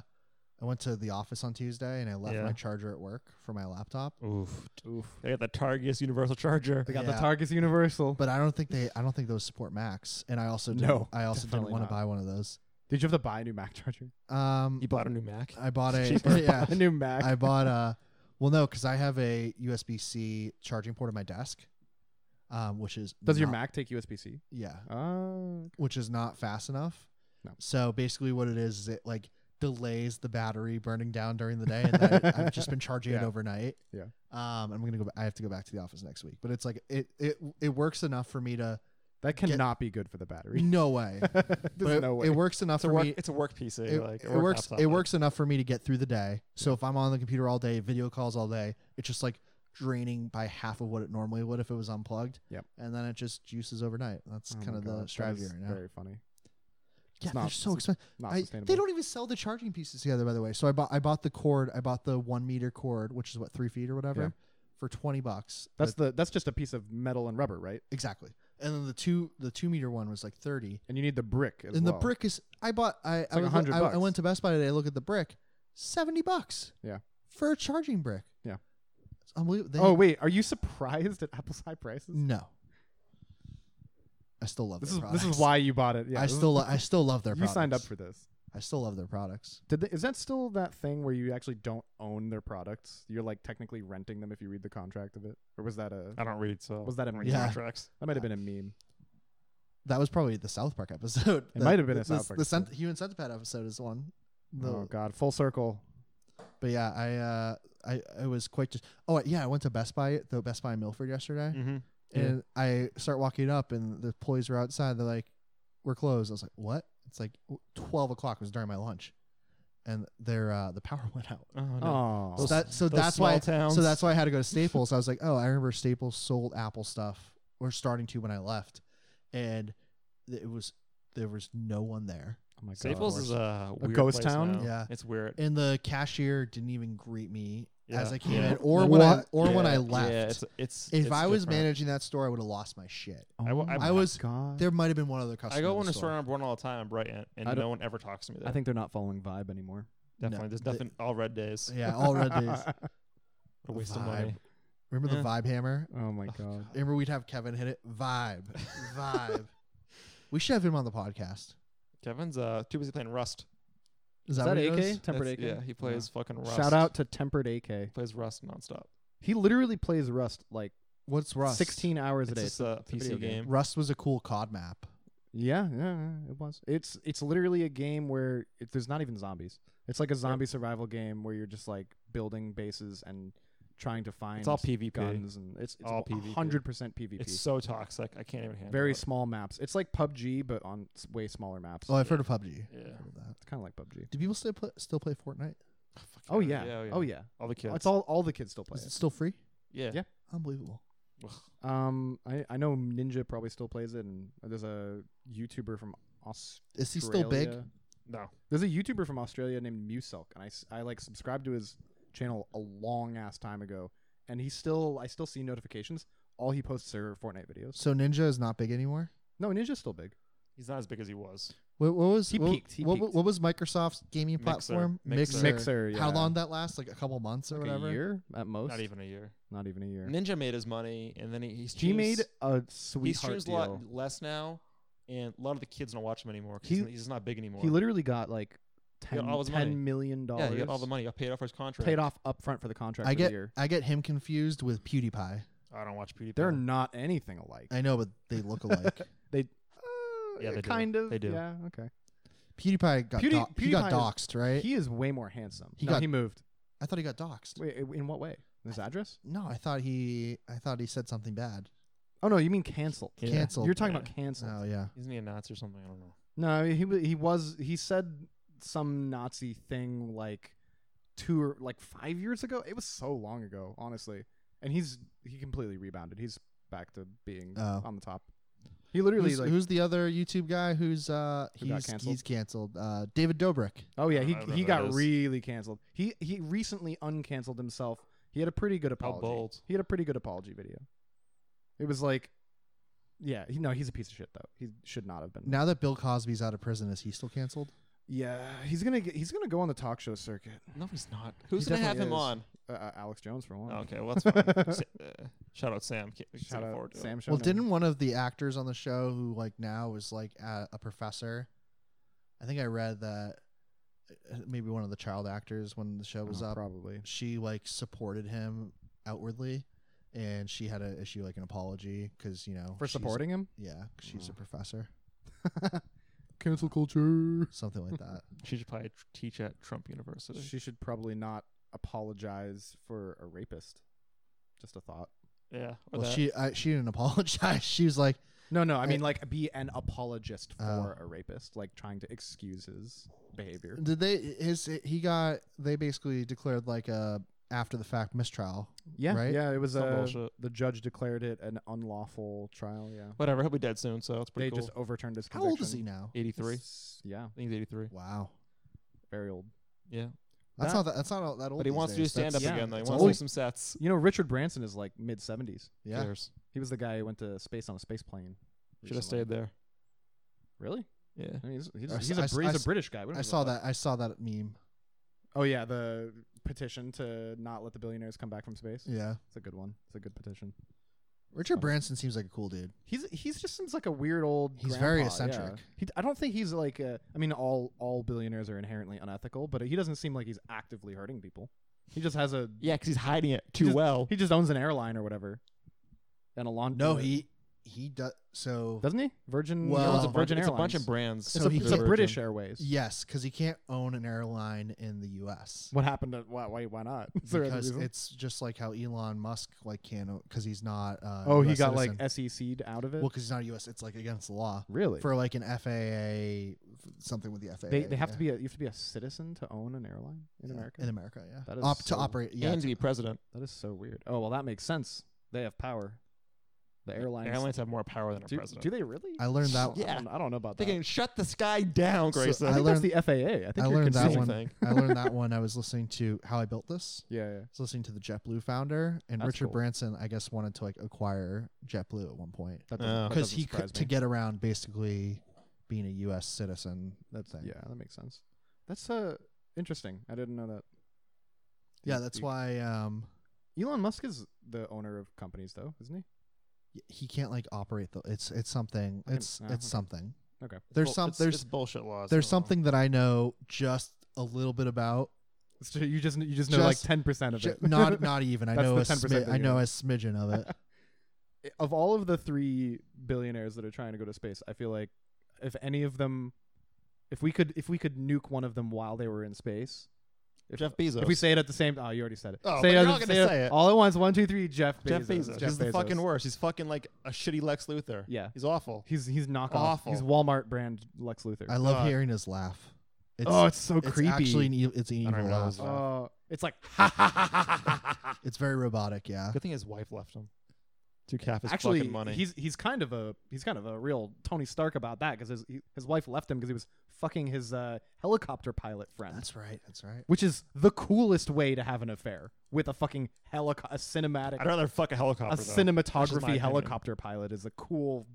C: I went to the office on Tuesday and I left
A: Yeah.
C: my charger at work for my laptop.
A: Oof,
B: Oof.
A: they got the Targus Universal Charger.
B: They got
C: Yeah.
B: the Target's Universal.
C: But I don't think they, I don't think those support Macs. And I also didn't,
B: No,
C: I also didn't
B: definitely
C: want to
B: not.
C: buy one of those.
B: Did you have to buy a new
C: *laughs*
B: Mac charger?
C: Um,
A: *laughs* You bought a new Mac.
C: I bought a
A: Jesus,
C: *laughs* yeah,
B: a new Mac.
C: I bought a well no, because I have a USB C charging port on my desk, um, which is
B: Does your
C: not-
B: Mac take USB C?
C: yeah
B: Uh,
C: which is not fast enough.
B: No.
C: So basically, what it is is it like delays the battery burning down during the day, and then I, I've just
B: *laughs*
C: been charging it
B: Yeah.
C: overnight.
B: Yeah.
C: Um, I'm gonna go. ba- I have to go back to the office next week, but it's like it it it works enough for me to
B: that
C: Get-
B: cannot be good for the battery.
C: no way.
B: *laughs* There's
C: but it,
B: no way.
C: it works enough
A: It's a
C: for
A: work.
C: me.
A: It's a work PC.
C: It,
A: like a
C: it
A: work
C: works.
A: laptop.
C: It works enough for me to get through the day. So if I'm on the computer all day, video calls all day, it's just like draining by half of what it normally would if it was unplugged.
B: Yep.
C: And then it just juices overnight. That's
B: Oh my
C: kind of the
B: God, that
C: strategy
B: is
C: right now.
B: Very funny.
C: yeah,
B: not-
C: they're so
B: it's
C: expensive.
B: Not
C: I-
B: sustainable.
C: they don't even sell the charging pieces together, by the way. So I bought I bought the cord. I bought the one meter cord, which is what three feet or whatever,
B: Yeah.
C: for twenty bucks.
B: that's
C: But-
B: the that's just a piece of metal and rubber, right?
C: exactly. And then the two the two meter one was like thirty.
B: And you need the brick as
C: and
B: well.
C: the brick is I bought I I,
B: like
C: was-
B: 100
C: I, I
B: bucks.
C: went to Best Buy today. Look at the brick, seventy bucks.
B: Yeah.
C: For a charging brick.
B: Yeah.
C: It's unbelievable. They-
B: oh wait, are you surprised at *laughs* Apple's high prices?
C: *laughs* no. I still love
B: This
C: their
B: is
C: products.
B: this is why you bought it. Yeah,
C: I
B: this is- *laughs*
C: still lo- I still love their
B: you signed up
C: products.
B: for this.
C: I still love their products.
B: Did they, is that still that thing where you actually don't own their products? You're like technically renting them if you read the contract of it, or was that a
A: I don't read. So
B: was that a meme?
A: read
C: Yeah.
A: contracts?
B: That might have been a meme.
C: That was probably the South Park episode.
B: It
C: The- *laughs*
B: might have been a
C: the-
B: South
C: the-
B: Park
C: The cent-
B: episode.
C: human centipede episode is one. The-
B: oh God, full circle.
C: But yeah, I uh, I I was quite just. Oh yeah, I went to Best Buy, the Best Buy in Milford yesterday,
A: Mm-hmm.
B: Mm. Yeah.
C: and I start walking up, and the employees were outside. They're like, "We're closed." I was like, "What?" It's like w- twelve o'clock was during my lunch, and their uh, the power *laughs* went out.
A: Oh, no.
C: so
B: Oh,
C: that so
A: those
C: that's
A: small
C: why
A: towns.
C: so that's why I had to go to Staples. I was like, oh, I remember Staples sold Apple stuff or starting to when I left, and th- it was there was no one there,
B: oh my God.
A: Staples is a, weird
B: ghost
A: place
B: town?
A: now.
C: Yeah.
A: it's weird.
C: and the cashier didn't even greet me as
A: Yeah.
C: I came
A: Yeah.
C: in or when I,
B: What?
C: or when I
A: Yeah,
C: left.
A: Yeah, it's it's.
C: if
A: it's
C: I was
A: different.
C: managing that store, I would have lost my shit.
B: Oh
A: I w- I
B: my
C: was-
B: God.
C: There might have been one other customer.
A: I go
C: in
A: in
C: the
A: a store number one all the time in Brighton, and
B: I don't-
A: no one ever talks to me there.
B: I think they're not following Vibe anymore.
A: definitely there's
C: the-
A: nothing all red days.
C: Yeah, all
A: *laughs*
C: red days.
A: What a waste of
C: Vibe.
A: money.
C: Remember
A: Yeah.
C: the vibe hammer?
B: *laughs* oh my
A: Oh,
B: God.
C: Remember we'd have Kevin hit it.
A: *laughs*
C: Vibe, vibe. we should have him on the podcast.
A: Kevin's uh too busy playing Rust.
C: Is
B: Is
C: that, what
B: that
C: he
B: AK?
C: does?
B: Tempered
A: That's-
B: AK?
A: Yeah, he plays fucking Rust.
B: Shout out to Tempered AK.
A: He plays Rust nonstop.
B: He literally plays Rust like
C: What's Rust?
B: 16 hours
A: It's
B: a day.
A: just a
B: a video
A: PC game.
C: Rust was a cool COD map.
B: Yeah, yeah, yeah, it was. It's it's literally a game where it, there's not even zombies. It's like a zombie survival game where you're just like building bases and trying to find
A: It's all PvP.
B: guns and it's it's
A: All
B: all
A: PvP.
B: hundred percent PvP.
A: It's so toxic. I can't even handle
B: Very
A: it.
B: small maps. It's like PUBG but on s- way smaller maps.
C: Oh, I've heard of PUBG.
A: Yeah.
C: Heard of that.
B: It's kind of like PUBG.
C: Do people still play, still play Fortnite?
A: Fuck
B: Oh yeah.
A: yeah.
B: Oh yeah.
A: All the kids.
B: It's all all the kids still play
C: Is it still free?
A: yeah.
B: yeah.
C: Unbelievable.
B: it. Um, I I know Ninja probably still plays it, and there's a YouTuber from Australia.
C: Is he still big?
A: No.
B: There's a YouTuber from Australia named Muselk, and I, s- I, like subscribed to his channel a long ass time ago, and he still I still see notifications. All he posts are Fortnite videos.
C: So Ninja is not big anymore.
B: No, Ninja's still big.
A: He's not as big as he was.
C: What, what was
B: He
C: what,
B: peaked, he
C: what,
B: peaked.
C: what was Microsoft's gaming
A: Mixer,
C: platform?
A: Mixer.
B: Mixer,
C: How
B: yeah.
C: long that last? Like a couple months or
B: Like
C: whatever.
B: a year at most.
A: Not even a year.
B: Not even a year.
A: Ninja made his money, and then he, he
B: He
A: streams,
B: made a
A: he
B: sweetheart
A: streams a
B: deal.
A: lot less now, and a lot of the kids don't watch him anymore because
B: He-
A: he's, he's not big anymore.
B: He literally got like
A: He
B: ten,
A: got all his money.
B: ten million
A: yeah,
B: dollars.
A: he got all the money. He got paid off for his contract.
B: Paid off up front for the contract.
C: I
B: for the
C: get
B: year.
C: I get him confused with PewDiePie.
A: I don't watch PewDiePie.
B: They're not anything alike.
C: I know, but they look
B: *laughs*
C: alike.
B: Uh,
A: Yeah, they do.
B: kind of.
A: They do.
B: Yeah. Okay.
C: PewDiePie got
B: Pewdie-
C: do- he got
B: PewDiePie
C: doxxed, right?
B: He is way more handsome.
C: He
B: no,
C: got-
B: he moved.
C: I thought he got doxxed.
B: Wait, i- in what way? His address?
C: No, I thought he I thought he said something bad.
B: Oh no, you mean canceled?
A: Yeah.
C: Canceled.
B: You're talking
A: Yeah.
B: about canceled.
C: Oh yeah.
A: Isn't he a Nazi or something? I don't know.
B: No, he wa- he was he said some Nazi thing like two or like five years ago. It was so long ago, honestly. And he's he completely rebounded. He's back to being
C: Oh.
B: on the top. He literally
C: who's,
B: like
C: who's the other YouTube guy who's uh
B: Who got
C: he's
B: canceled?
C: he's canceled? Uh, David Dobrik.
B: oh yeah
A: I
B: he
A: don't know
B: he
A: who that
B: got
A: is.
B: really canceled. He he recently uncanceled himself. He had a pretty good apology.
A: bold.
B: He had a pretty good apology video. It was like, yeah, he, no, he's a piece of shit though. He should not have been.
C: Now that Bill Cosby's out of prison, is he still canceled?
B: Yeah, he's gonna get, he's gonna go on the talk show circuit.
A: No, he's not. Who's gonna have
B: definitely
A: him
B: is.
A: on?
B: Uh, Uh, Alex Jones for one.
A: Oh, okay, well that's
B: *laughs*
A: fine. Sa- uh, shout out Sam. Can't- we can't
B: Shout
A: forward
B: out
A: to it.
B: Sam Shonen.
C: Well, didn't one of the actors on the show who like now is like a, a professor? I think I read that uh, maybe one of the child actors when the show was
B: Oh,
C: up,
B: probably.
C: she like supported him outwardly, and she had to issue like an apology because you know
B: for
C: she's-
B: supporting Oh. him?
C: Yeah, 'cause she's a
A: Mm.
C: professor,
B: Cancel culture.
C: something like that.
A: She should probably tr- teach at Trump University.
B: *laughs* She should probably not apologize for a rapist. Just a thought.
A: yeah. Or
C: well,
A: that.
C: she I, she didn't *laughs* apologize. She was like,
B: No, no, I
C: I-
B: mean like be an apologist
C: Oh.
B: for a rapist, like trying to excuse his behavior.
C: did they his he got they basically declared like a after the fact mistrial.
B: Yeah,
C: Right?
B: yeah, it was
A: Some
B: uh,
A: bullshit.
B: the judge declared it an unlawful trial. Yeah,
A: Whatever. He'll be dead soon, so it's
B: they
A: pretty cool.
B: just overturned his.
C: How
B: Conviction.
C: old is he now?
A: Eighty-three.
B: S- Yeah,
A: I think he's eighty-three.
C: Wow.
B: very old.
A: Yeah.
C: That's
B: That-
C: not that, that's not all that old.
A: But he
C: these
A: wants to do
C: days.
A: stand up
C: That's-
B: yeah,
A: again. Though. He
C: that's
A: wants to do
C: old.
A: some sets.
B: You know, Richard Branson is like mid seventies.
C: Yeah.
A: Cares.
B: He was the guy who went to space on a space plane.
A: Should have
B: recently.
A: stayed there.
B: Really?
A: Yeah.
B: I mean, he's, he's,
C: I
B: he's,
C: s- I
B: a,
C: s-
B: Brit-
C: I
B: he's
C: s-
B: a British guy.
C: I saw that. I saw that meme.
B: Oh yeah, the petition to not let the billionaires come back from space.
C: Yeah.
B: It's a good one. It's a good petition.
C: Richard
B: Funny.
C: Branson seems like a cool dude.
B: He's he's just seems like a weird old.
C: He's very
B: grandpa, yeah.
C: eccentric.
B: He, I don't think he's like. A, I mean, all all billionaires are inherently unethical, but he doesn't seem like he's actively hurting people. He just has a.
A: Yeah, because he's hiding it too
B: just-
A: well.
B: He just owns an airline or whatever. And a lawn. uh,
C: No, he he does. So
B: doesn't he. Virgin.
C: Well-
B: he owns
A: it's
B: a
A: a bunch,
B: Virgin
A: Oh, it's a bunch
B: Airlines.
A: of brands.
C: So
B: it's a,
C: he
B: it's a
C: can't-
B: British Airways.
C: yes, because he can't own an airline in the U.S.
B: *laughs* What happened to why? Why, why not? *laughs* Is there any
C: Because
B: reason?
C: it's just like how Elon Musk like can't because he's not. Uh,
B: oh,
C: US
B: he got
C: citizen.
B: like SEC'd out of it.
C: well because he's not a U.S. It's like against the law
B: really?
C: for like an FAA f- something with the FAA.
B: they they have to
C: yeah.
B: be a, you have to be a citizen to own an airline in
C: Yeah,
B: America.
C: in America. Yeah,
B: That is
C: Op- to
B: so-
C: operate. Yeah,
A: and to be president.
B: that is so weird. Oh well, that makes sense. They have power. The airlines.
A: Airlines have more power than a
B: do,
A: president.
B: do they really?
C: I learned that.
B: *laughs* don't-
A: Yeah.
B: don't, I don't know about
A: they
B: that.
A: can shut this guy down,
C: So
A: Grayson.
C: I
B: I, think
C: learned-
B: that's the FAA. I think
C: I
B: you're
C: learned that
B: confusing
A: Same
C: one.
B: things.
A: thing.
C: I learned that one. I was listening to how I built this.
B: Yeah, yeah.
C: was listening to the JetBlue founder and
B: That's
C: Richard
B: cool.
C: Branson. I guess wanted to like acquire JetBlue at one point
B: That
A: Oh.
B: doesn't- that
C: because
B: doesn't
C: he could
B: surprise
C: to
B: me.
C: get around basically being a U.S. citizen. That thing.
B: Yeah, that makes sense. That's uh interesting. I didn't know that.
C: Yeah,
B: You-
C: that's
B: you-
C: why um
B: Elon Musk is the owner of companies, though, isn't he?
C: y- he can't like operate the. It's it's something.
B: I can-
C: It's
B: oh,
C: it's
B: okay.
C: something.
B: Okay.
C: There's
A: Bull-
C: some
A: it's-
C: there's
A: it's bullshit laws.
C: there's
A: I don't know.
C: something that I know just a little bit about.
B: So you just you just know like
C: Just-
B: ten percent of
C: Ju-
B: it. *laughs*
C: not not even. I
B: That's
C: know
B: the
C: a
B: 10%
C: smi-
B: that
C: I
B: you
C: know
B: know.
C: a smidgen of
B: *laughs*
C: it.
B: of all of the three billionaires that are trying to go to space, I feel like if any of them, if we could, if we could nuke one of them while they were in space, if,
A: Jeff Bezos.
B: if we say it at the same, oh, you already said it.
A: Oh,
B: say
A: but
B: it
A: you're
B: at
A: not
B: the-
A: gonna say it.
B: All at once, one, two, three. Jeff Bezos.
A: Jeff Bezos.
B: Jeff
A: He's the fucking
B: Bezos.
A: worst. He's fucking like a shitty Lex Luthor.
B: Yeah.
A: He's
B: *laughs*
A: awful.
B: He's he's knockoff.
A: Awful.
B: He's Walmart brand Lex Luthor.
C: I love
A: God.
C: hearing his laugh. It's,
B: oh, it's so
C: it's
B: creepy.
C: actually an e- it's an
A: I
C: evil
A: don't even know
C: laugh.
A: his laugh.
B: oh, it's like ha ha ha ha ha ha. ha.
C: It's very robotic. Yeah.
A: Good thing his wife left him to cap his
B: Actually,
A: fucking money.
B: he's he's kind of a he's kind of a real Tony Stark about that because his he, his wife left him because he was fucking his uh, helicopter pilot friend.
C: That's right. That's right.
B: which is the coolest way to have an affair with a fucking helicopter, a cinematic,
A: I'd rather fuck a helicopter.
B: a
A: though.
B: cinematography
A: opinion.
B: helicopter pilot is a cool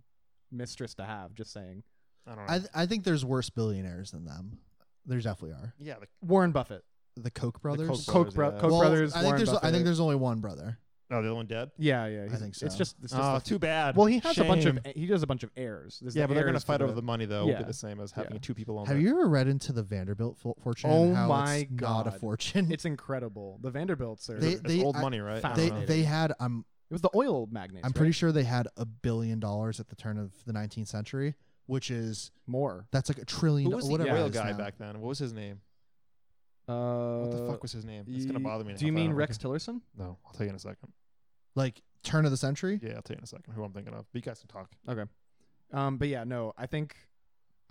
B: mistress to have. Just saying,
A: I don't know.
C: I th- I think there's worse billionaires than them. There definitely are.
A: yeah, like,
B: Warren Buffett,
C: The Koch brothers.
A: Koch
B: Koch, bro-
A: Brothers, yeah.
B: Koch
C: Well,
B: brothers.
C: I think
B: Warren
C: there's
B: Buffett.
C: I think there's only one brother.
A: oh, the other one dead.
B: Yeah, yeah. he's-
C: think
B: It's
C: so.
B: just. It's just
A: oh,
B: the-
A: too bad.
B: well, he has a bunch of
A: Shame.
B: he does a bunch of heirs. There's
A: yeah,
B: the
A: but they're gonna
B: heirs to
A: fight over the money though. Would
B: Yeah.
A: be the same as having
B: Yeah.
A: two people on.
C: Have
A: the-
C: you ever read into the Vanderbilt fo- fortune?
B: Oh
C: and how
B: my
C: it's Not a *laughs*
B: God.
C: fortune.
B: It's incredible. The Vanderbilts are.
C: They-
A: It's old
C: I-
A: money, right? I don't
C: they
A: know.
C: they had I'm
B: it was the oil magnates.
C: I'm
B: right?
C: pretty sure they had a billion dollars at the turn of the 19th century, which is
B: more.
C: that's like a trillion.
A: Who was the
C: whatever it
A: oil
C: is
A: guy
C: now.
A: back then? What was his name?
B: Uh,
A: What the fuck was his name? It's gonna
B: y-
A: bother me. in half
B: Do you
A: an
B: mean
A: hour.
B: Rex Tillerson?
A: No, I'll tell you in a second.
C: Like turn of the century.
A: Yeah, I'll tell you in a second who I'm thinking of. But you guys can talk.
B: Um, but yeah, no, I think, *laughs*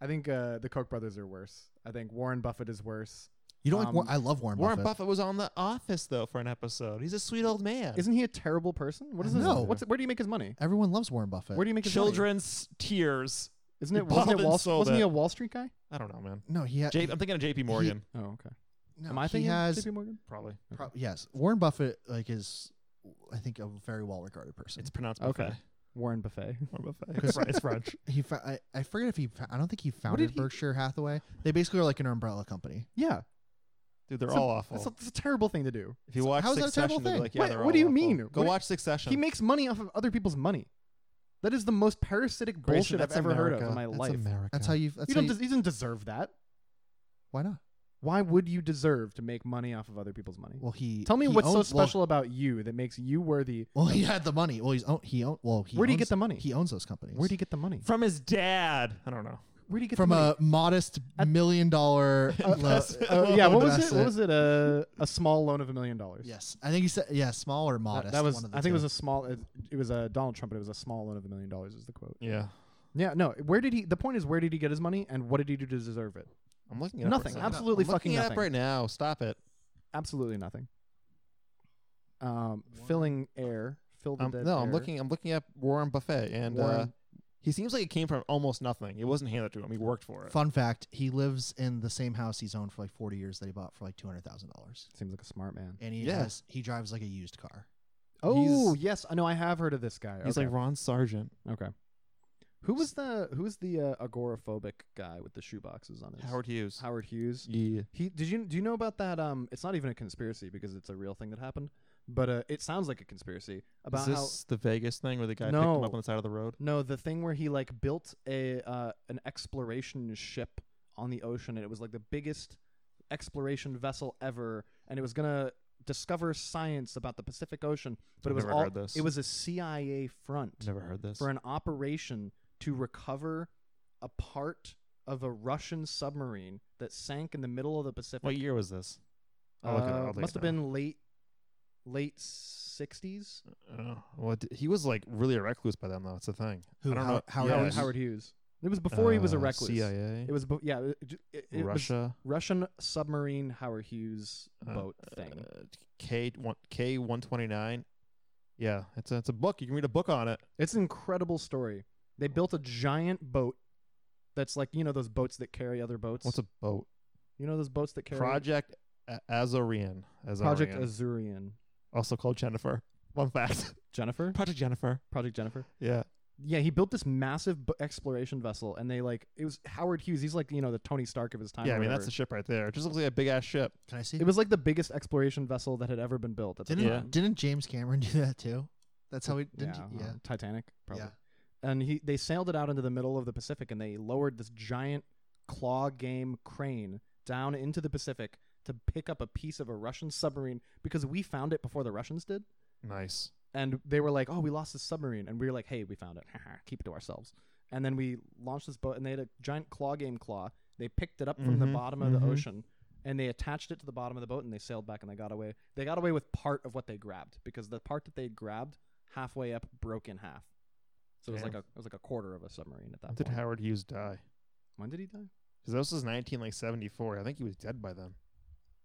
B: I think uh, the Koch brothers are worse. I think Warren Buffett is worse.
C: You don't like? War-
B: Um,
C: I love Warren,
A: Warren
C: Buffett.
A: Buffett was on The Office though for an episode. He's a sweet old man.
B: Isn't he a terrible person? What is this?
C: No.
B: What's where do you make his money?
C: Everyone loves Warren Buffett.
B: Where do you make his money?
A: children's tears?
B: Isn't it?
A: He
B: Wasn't,
A: bought
B: it
A: and
B: Wall,
A: sold
B: wasn't he
A: it.
B: a Wall Street guy?
A: I don't know, man.
C: no,
B: Uh,
C: he. Ha-
A: J- I'm thinking of J.P. Morgan,
B: Oh, okay.
C: no,
B: Am I
C: he
B: thinking
C: has
B: J.P. Morgan?
A: probably.
C: Pro- yes, Warren Buffett like is, I think, a very well regarded person.
A: It's pronounced
B: Okay.
A: buffet.
B: Warren Buffet.
A: Or buffet.
C: Because-
A: It's, Fr- it's French.
C: he, fa- I, I forget if he, fa- I don't think he founded
B: he-
C: Berkshire Hathaway. They basically are like an umbrella company.
B: *laughs* Yeah,
A: Dude, they're
B: It's a-
A: all awful.
B: that's a, that's a terrible thing to do.
A: if you watch
C: how is that a terrible
A: Succession, they'll be
C: thing?
A: like, yeah,
B: Wait,
A: they're
B: what
A: all
B: do you
A: awful.
B: mean?
A: Go
B: What-
A: watch Succession.
B: He makes money off of other people's money. That is the most parasitic
A: Grayson,
B: bullshit
A: that's
B: I've ever heard of
A: America.
B: in my
A: That's
B: life.
A: America.
C: That's how you. That's
B: You
C: how
B: don't.
C: you-
B: des- he doesn't deserve that.
C: why not?
B: Why would you deserve to make money off of other people's money?
C: Well, he.
B: Tell me
C: he
B: what's so
C: owns- well,
B: special about you that makes you worthy.
C: Well, he had the money. Well, he's own. He own. Well, he
B: Where do you
C: owns-
B: get the money?
C: He owns those companies.
B: Where do you get the money?
A: from his dad. I don't know.
B: Where do you get
C: from
B: the money?
C: a modest
B: At-
C: million
B: *laughs*
C: dollar? lo-
A: Investment.
B: Uh, yeah, what
C: *laughs*
B: was it?
C: investment.
B: What was it? A a small loan of a million dollars.
C: Yes, I think he said yeah, small or
B: That-
C: modest.
B: that was.
C: one of the
B: I think it
C: two.
B: was a small. It, it was a Donald Trump, but it was a small loan of a million dollars. Is the quote?
A: Yeah.
B: Yeah. No. Where did he? The point is, where did he get his money, and what did he do to deserve it?
A: I'm looking it
B: Nothing.
A: up. right now.
B: Absolutely
A: I'm
B: fucking
A: looking it
B: nothing.
A: up right now. Stop it.
B: Absolutely nothing. Um, filling air. Fill the
A: Um,
B: dead
A: no, I'm
B: air.
A: looking. I'm looking up Warren Buffet, and uh,
B: Warren-
A: he seems like it came from almost nothing. It wasn't handed to him. He worked for it.
C: Fun fact: He lives in the same house he's owned for like forty years that he bought for like two hundred thousand dollars,
B: Seems like a smart man.
C: and he
A: Yeah.
C: has he drives like a used car.
B: Oh yes, I know. I have heard of this guy.
A: He's
B: okay.
A: like Ron Sargent.
B: Okay. Who was the who was the uh, agoraphobic guy with the shoeboxes on his
A: Hughes.
B: Howard Hughes?
A: Yeah.
B: He did you do you know about that? Um, it's not even a conspiracy because it's a real thing that happened, but uh, it sounds like a conspiracy
A: Is
B: about how
A: this the Vegas thing where the guy picked him
B: No.
A: up on the side of the road?
B: no the thing where he like built a uh, an exploration ship on the ocean and it was like the biggest exploration vessel ever and it was gonna discover science about the Pacific Ocean,
A: I've
B: but it was
A: never
B: all
A: heard this.
B: it was a CIA front.
A: Never heard this.
B: for an operation to recover a part of a Russian submarine that sank in the middle of the Pacific.
A: What year was this? I'll look it up. I'll
B: Uh,
A: take
B: must
A: it
B: have been late late sixties.
A: Oh, well, d- he was like really a recluse by then, though. It's a thing.
C: Who,
A: I don't
C: Howard-
A: know.
C: Howard
A: Yeah,
B: Howard,
A: it's-
B: Howard Hughes. It was before he was a
A: uh,
B: recluse.
A: CIA,
B: It was be- yeah. It, it- it- it was
A: Russia,
B: Russian submarine Howard Hughes
A: uh,
B: boat thing.
A: uh, K one K one twenty nine. Yeah, it's a, it's a book. You can read a book on it.
B: It's an incredible story. They built a giant boat that's like you know those boats that carry other boats.
A: What's a boat?
B: you know those boats that carry
A: Project A- Azorian. Azorian.
B: Project Azurian.
A: also called Jennifer. *laughs* Fun fact.
B: Jennifer.
A: Project Jennifer.
B: Project Jennifer.
A: Yeah.
B: Yeah, he built this massive b- exploration vessel, and they like it was Howard Hughes. He's like you know the Tony Stark of his time.
A: yeah,
B: or
A: I mean that's
B: whatever.
A: the ship right there. It just looks like a big ass ship.
C: Can I see?
B: it was like the biggest exploration vessel that had ever been built. At the
C: didn't
A: Yeah.
B: time.
C: didn't James Cameron *laughs* do that too? That's how he didn't.
B: yeah,
C: he-
B: uh,
C: yeah,
B: Titanic probably.
C: yeah.
B: And he they sailed it out into the middle of the Pacific, and they lowered this giant claw game crane down into the Pacific to pick up a piece of a Russian submarine because we found it before the Russians did.
A: Nice.
B: and they were like, "Oh, we lost this submarine," and we were like, "Hey, we found it. *laughs* Keep it to ourselves." And then we launched this boat, and they had a giant claw game claw. They picked it up from the
A: Mhm,
B: bottom of the
A: mhm.
B: ocean, and they attached it to the bottom of the boat, and they sailed back, and they got away. They got away with part of what they grabbed because the part that they had grabbed halfway up broke in half. So it was
A: Damn.
B: like a it was like a quarter of a submarine at that
A: When did
B: point.
A: Howard Hughes die?
B: when did he die?
A: Because this was nineteen like seventy four. I think he was dead by then.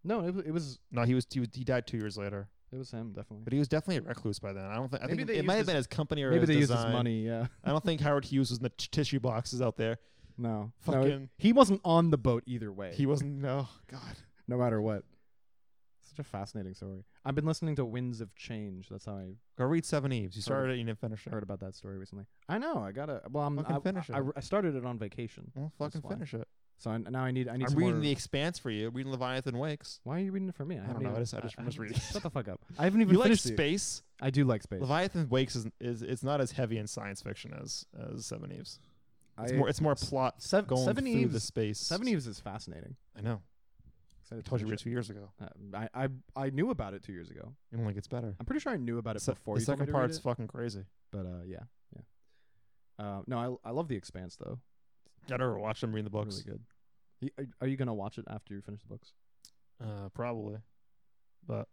B: No, it, wa- it was
A: No, he was he, was, he died two years later.
B: it was him definitely.
A: But he was definitely a recluse by then. I don't think. I
B: Maybe
A: think
B: they
A: it might
B: used
A: have been
B: his-
A: his company or
B: Maybe
A: his
B: they used his
A: design.
B: money. Yeah, *laughs*
A: I don't think Howard Hughes was in the t- tissue boxes out there.
B: no, no,
A: Fucking.
B: he wasn't on the boat either way.
A: He wasn't. No. God.
B: no matter what. Such a fascinating story. I've been listening to Winds of Change. That's how I
A: Go read Seven Eves. You
B: Heard of
A: started it, you didn't finish it.
B: heard about that story recently. I know. I gotta. Well, I'm.
A: Fucking
B: I,
A: finish
B: I,
A: it.
B: I started it on vacation,
A: Well,
B: That's
A: fucking
B: why.
A: finish it.
B: so I, now I need. I need.
A: I'm
B: some
A: reading
B: more-
A: The Expanse for you. Reading Leviathan Wakes.
B: Why are you reading it for me? I, haven't
A: don't know,
B: even-
A: I just- I just- I'm just
B: haven't-
A: reading.
B: Shut the
A: *laughs*
B: fuck up. I haven't even
A: You like
B: finished it.
A: space?
B: I do like space.
A: Leviathan Wakes is, is it's not as heavy in science fiction as as Seven Eves. It's
B: I-
A: more it's more plot
B: Sev-
A: going
B: Seven
A: through
B: Eves.
A: the space.
B: Seven Eves is fascinating.
A: I know. I
B: Excited to
A: told you we were
B: finish
A: two years ago.
B: it. Uh, I, I I knew about it two years ago.
A: It only gets better.
B: I'm pretty sure I knew about it
A: Se-
B: before
A: the
B: you told
A: second
B: me to read
A: part's
B: it,
A: fucking crazy.
B: but uh, yeah, yeah. Uh, no, I I love The Expanse though.
A: I never watched them reading the books.
B: Really good. Y- are- Are you gonna watch it after you finish the books?
A: Uh, probably, but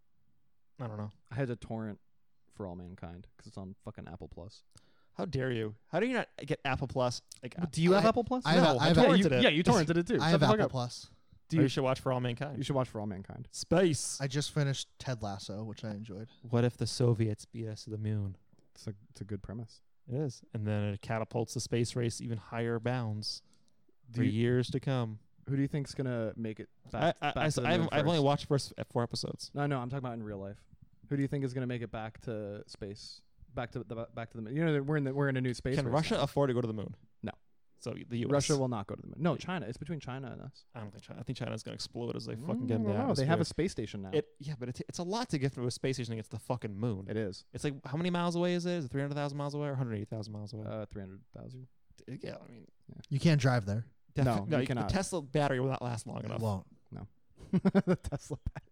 A: I don't know.
B: I had to torrent for All Mankind because it's on fucking Apple Plus.
A: How dare you? How do you not get Apple Plus? Like,
B: Do you have
C: I-
B: Apple Plus?
C: I
A: no,
C: have a- I
A: I
C: have a-
B: yeah,
A: torrented
B: you,
A: it.
B: yeah, you torrented it too.
C: I
B: Shut
C: have
B: the fuck
C: Apple
B: up.
C: Plus.
B: Do
A: Or
B: you-
A: you should watch For All
B: You
A: Mankind.
B: should watch For All Mankind.
A: Space.
C: I just finished Ted Lasso, which I enjoyed.
A: what if the Soviets beat us to the moon?
B: It's a it's a good premise.
A: It is, and then it catapults the space race even higher bounds
B: Do
A: for
B: you,
A: years to come.
B: who do you think's gonna make it?
A: I,
B: Back,
A: I,
B: back
A: I,
B: to the
A: I
B: moon
A: haven't, I've only
B: first?
A: watched first f- four episodes.
B: No, no, I'm talking about in real life. Who do you think is gonna make it back to space? Back to the back to the moon. You know that we're in the, we're in a new space.
A: Can
B: race
A: Russia
B: now.
A: afford to go to the moon?
B: No.
A: So the U.S.
B: Russia will not go to the moon. No, China. It's between China and us.
A: I don't think China. I think China's gonna explode as they
B: Mm,
A: fucking get
B: I
A: in the
B: don't know.
A: atmosphere.
B: They have a space station now.
A: It, yeah, but it, it's a lot to get through a space station against the fucking moon.
B: it is
A: It's like how many miles away is it? Is it three hundred thousand miles away or one hundred eighty thousand miles away?
B: uh, three hundred thousand.
A: D- yeah, I mean,
C: You can't drive there.
A: defi-
B: No, you
A: no, you-
B: cannot.
A: The Tesla battery will not last long
C: It
A: enough.
C: won't.
B: *laughs* the Tesla battery.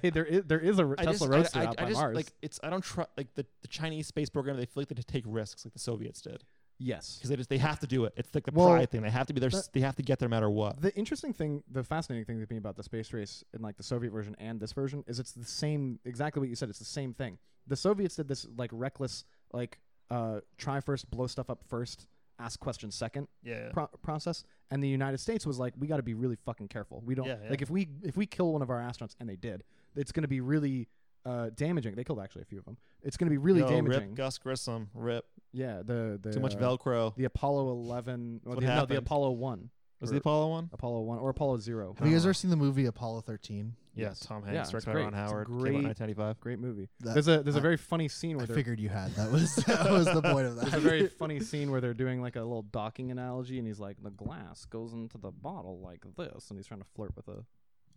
B: They there is there is a r-
A: I
B: Tesla
A: just, I-
B: Roadster
A: I,
B: out
A: I
B: by
A: just,
B: Mars.
A: Like it's, I don't trust like the, the Chinese space program. They feel like they had to take risks, like the Soviets did,
B: yes.
A: because they just they have to do it. It's like the
B: Well,
A: pride thing. They have to be there.
B: that-
A: s they have to get there no matter what.
B: The interesting thing, the fascinating thing to me about the space race in like the Soviet version and this version is it's the same, exactly what you said. It's the same thing. The Soviets did this like reckless, like uh, try first, blow stuff up first, ask questions second
A: Yeah,
B: pro- process, and the United States was like, we got to be really fucking careful. We don't
A: Yeah, yeah.
B: like if we if we kill one of our astronauts, and they did, it's going to be really uh, damaging. They killed actually a few of them. It's going to be really
A: Yo,
B: damaging.
A: Rip Gus Grissom. Rip.
B: yeah, the the
A: Too much
B: uh,
A: Velcro.
B: The Apollo Eleven, or
A: What
B: the, no, the
A: happened.
B: Apollo One,
A: Was
B: or-
A: the Apollo one?
B: Apollo One, or Apollo Zero.
C: Have you guys
A: Oh.
C: ever seen the movie Apollo 13?
A: Yeah,
B: Yes.
A: Tom
B: Yeah,
A: Hanks,
B: it's
A: directed by
B: great.
A: Ron
B: It's a
A: Howard. Came out
B: great-
A: in 1995.
B: Great movie.
C: That-
B: there's a there's a
C: I-
B: very funny scene where
C: I
B: they're
C: figured you had. That
B: *laughs*
C: was that was the point of
B: there's a
C: that.
B: very
A: *laughs*
B: funny scene where they're doing like a little docking analogy, and he's like, the glass goes into the bottle like this, and he's trying to flirt with a,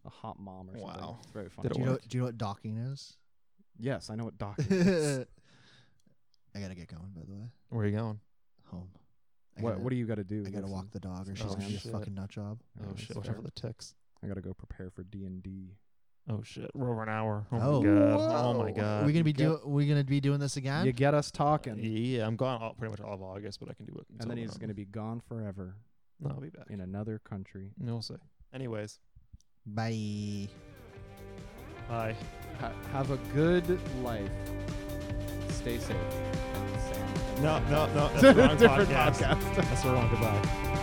B: a hot mom or something.
A: Wow.
B: it's very funny.
A: Did it
C: Do you, know,
A: work?
C: do you know what docking
B: *laughs*
C: is? *laughs*
B: Yes, I know
A: *laughs*
B: what docking. is.
C: I gotta get going, by the way.
A: Where are you going?
C: Home. I
B: what
C: gotta,
B: what do you got to do?
C: I gotta
B: Gibson?
C: walk the dog, or she's
A: Oh,
C: gonna be a
A: shit.
C: fucking nut job.
A: Oh,
B: Yeah,
A: shit!
B: that's
A: Watch out
B: fair.
A: for the ticks.
B: I gotta go prepare for D and D.
A: Oh shit! We're over an hour. Oh,
C: Oh.
A: my god! Oh my
C: Whoa.
A: god!
C: we gonna be
B: get-
C: doing? We gonna be doing this again?
B: You get us talking,
A: Uh, Yeah, I'm gone all, pretty much all of August, but I can do it.
B: and
A: until
B: then he's
A: um,
B: gonna be gone forever
A: No, I'll be back.
B: in another country.
A: No, we'll see. Anyways,
C: Bye.
A: bye.
B: Ha- have a good life. Stay safe.
A: No, no, no. That's the wrong *laughs*
B: Different
A: podcast.
B: podcast.
A: That's the wrong goodbye.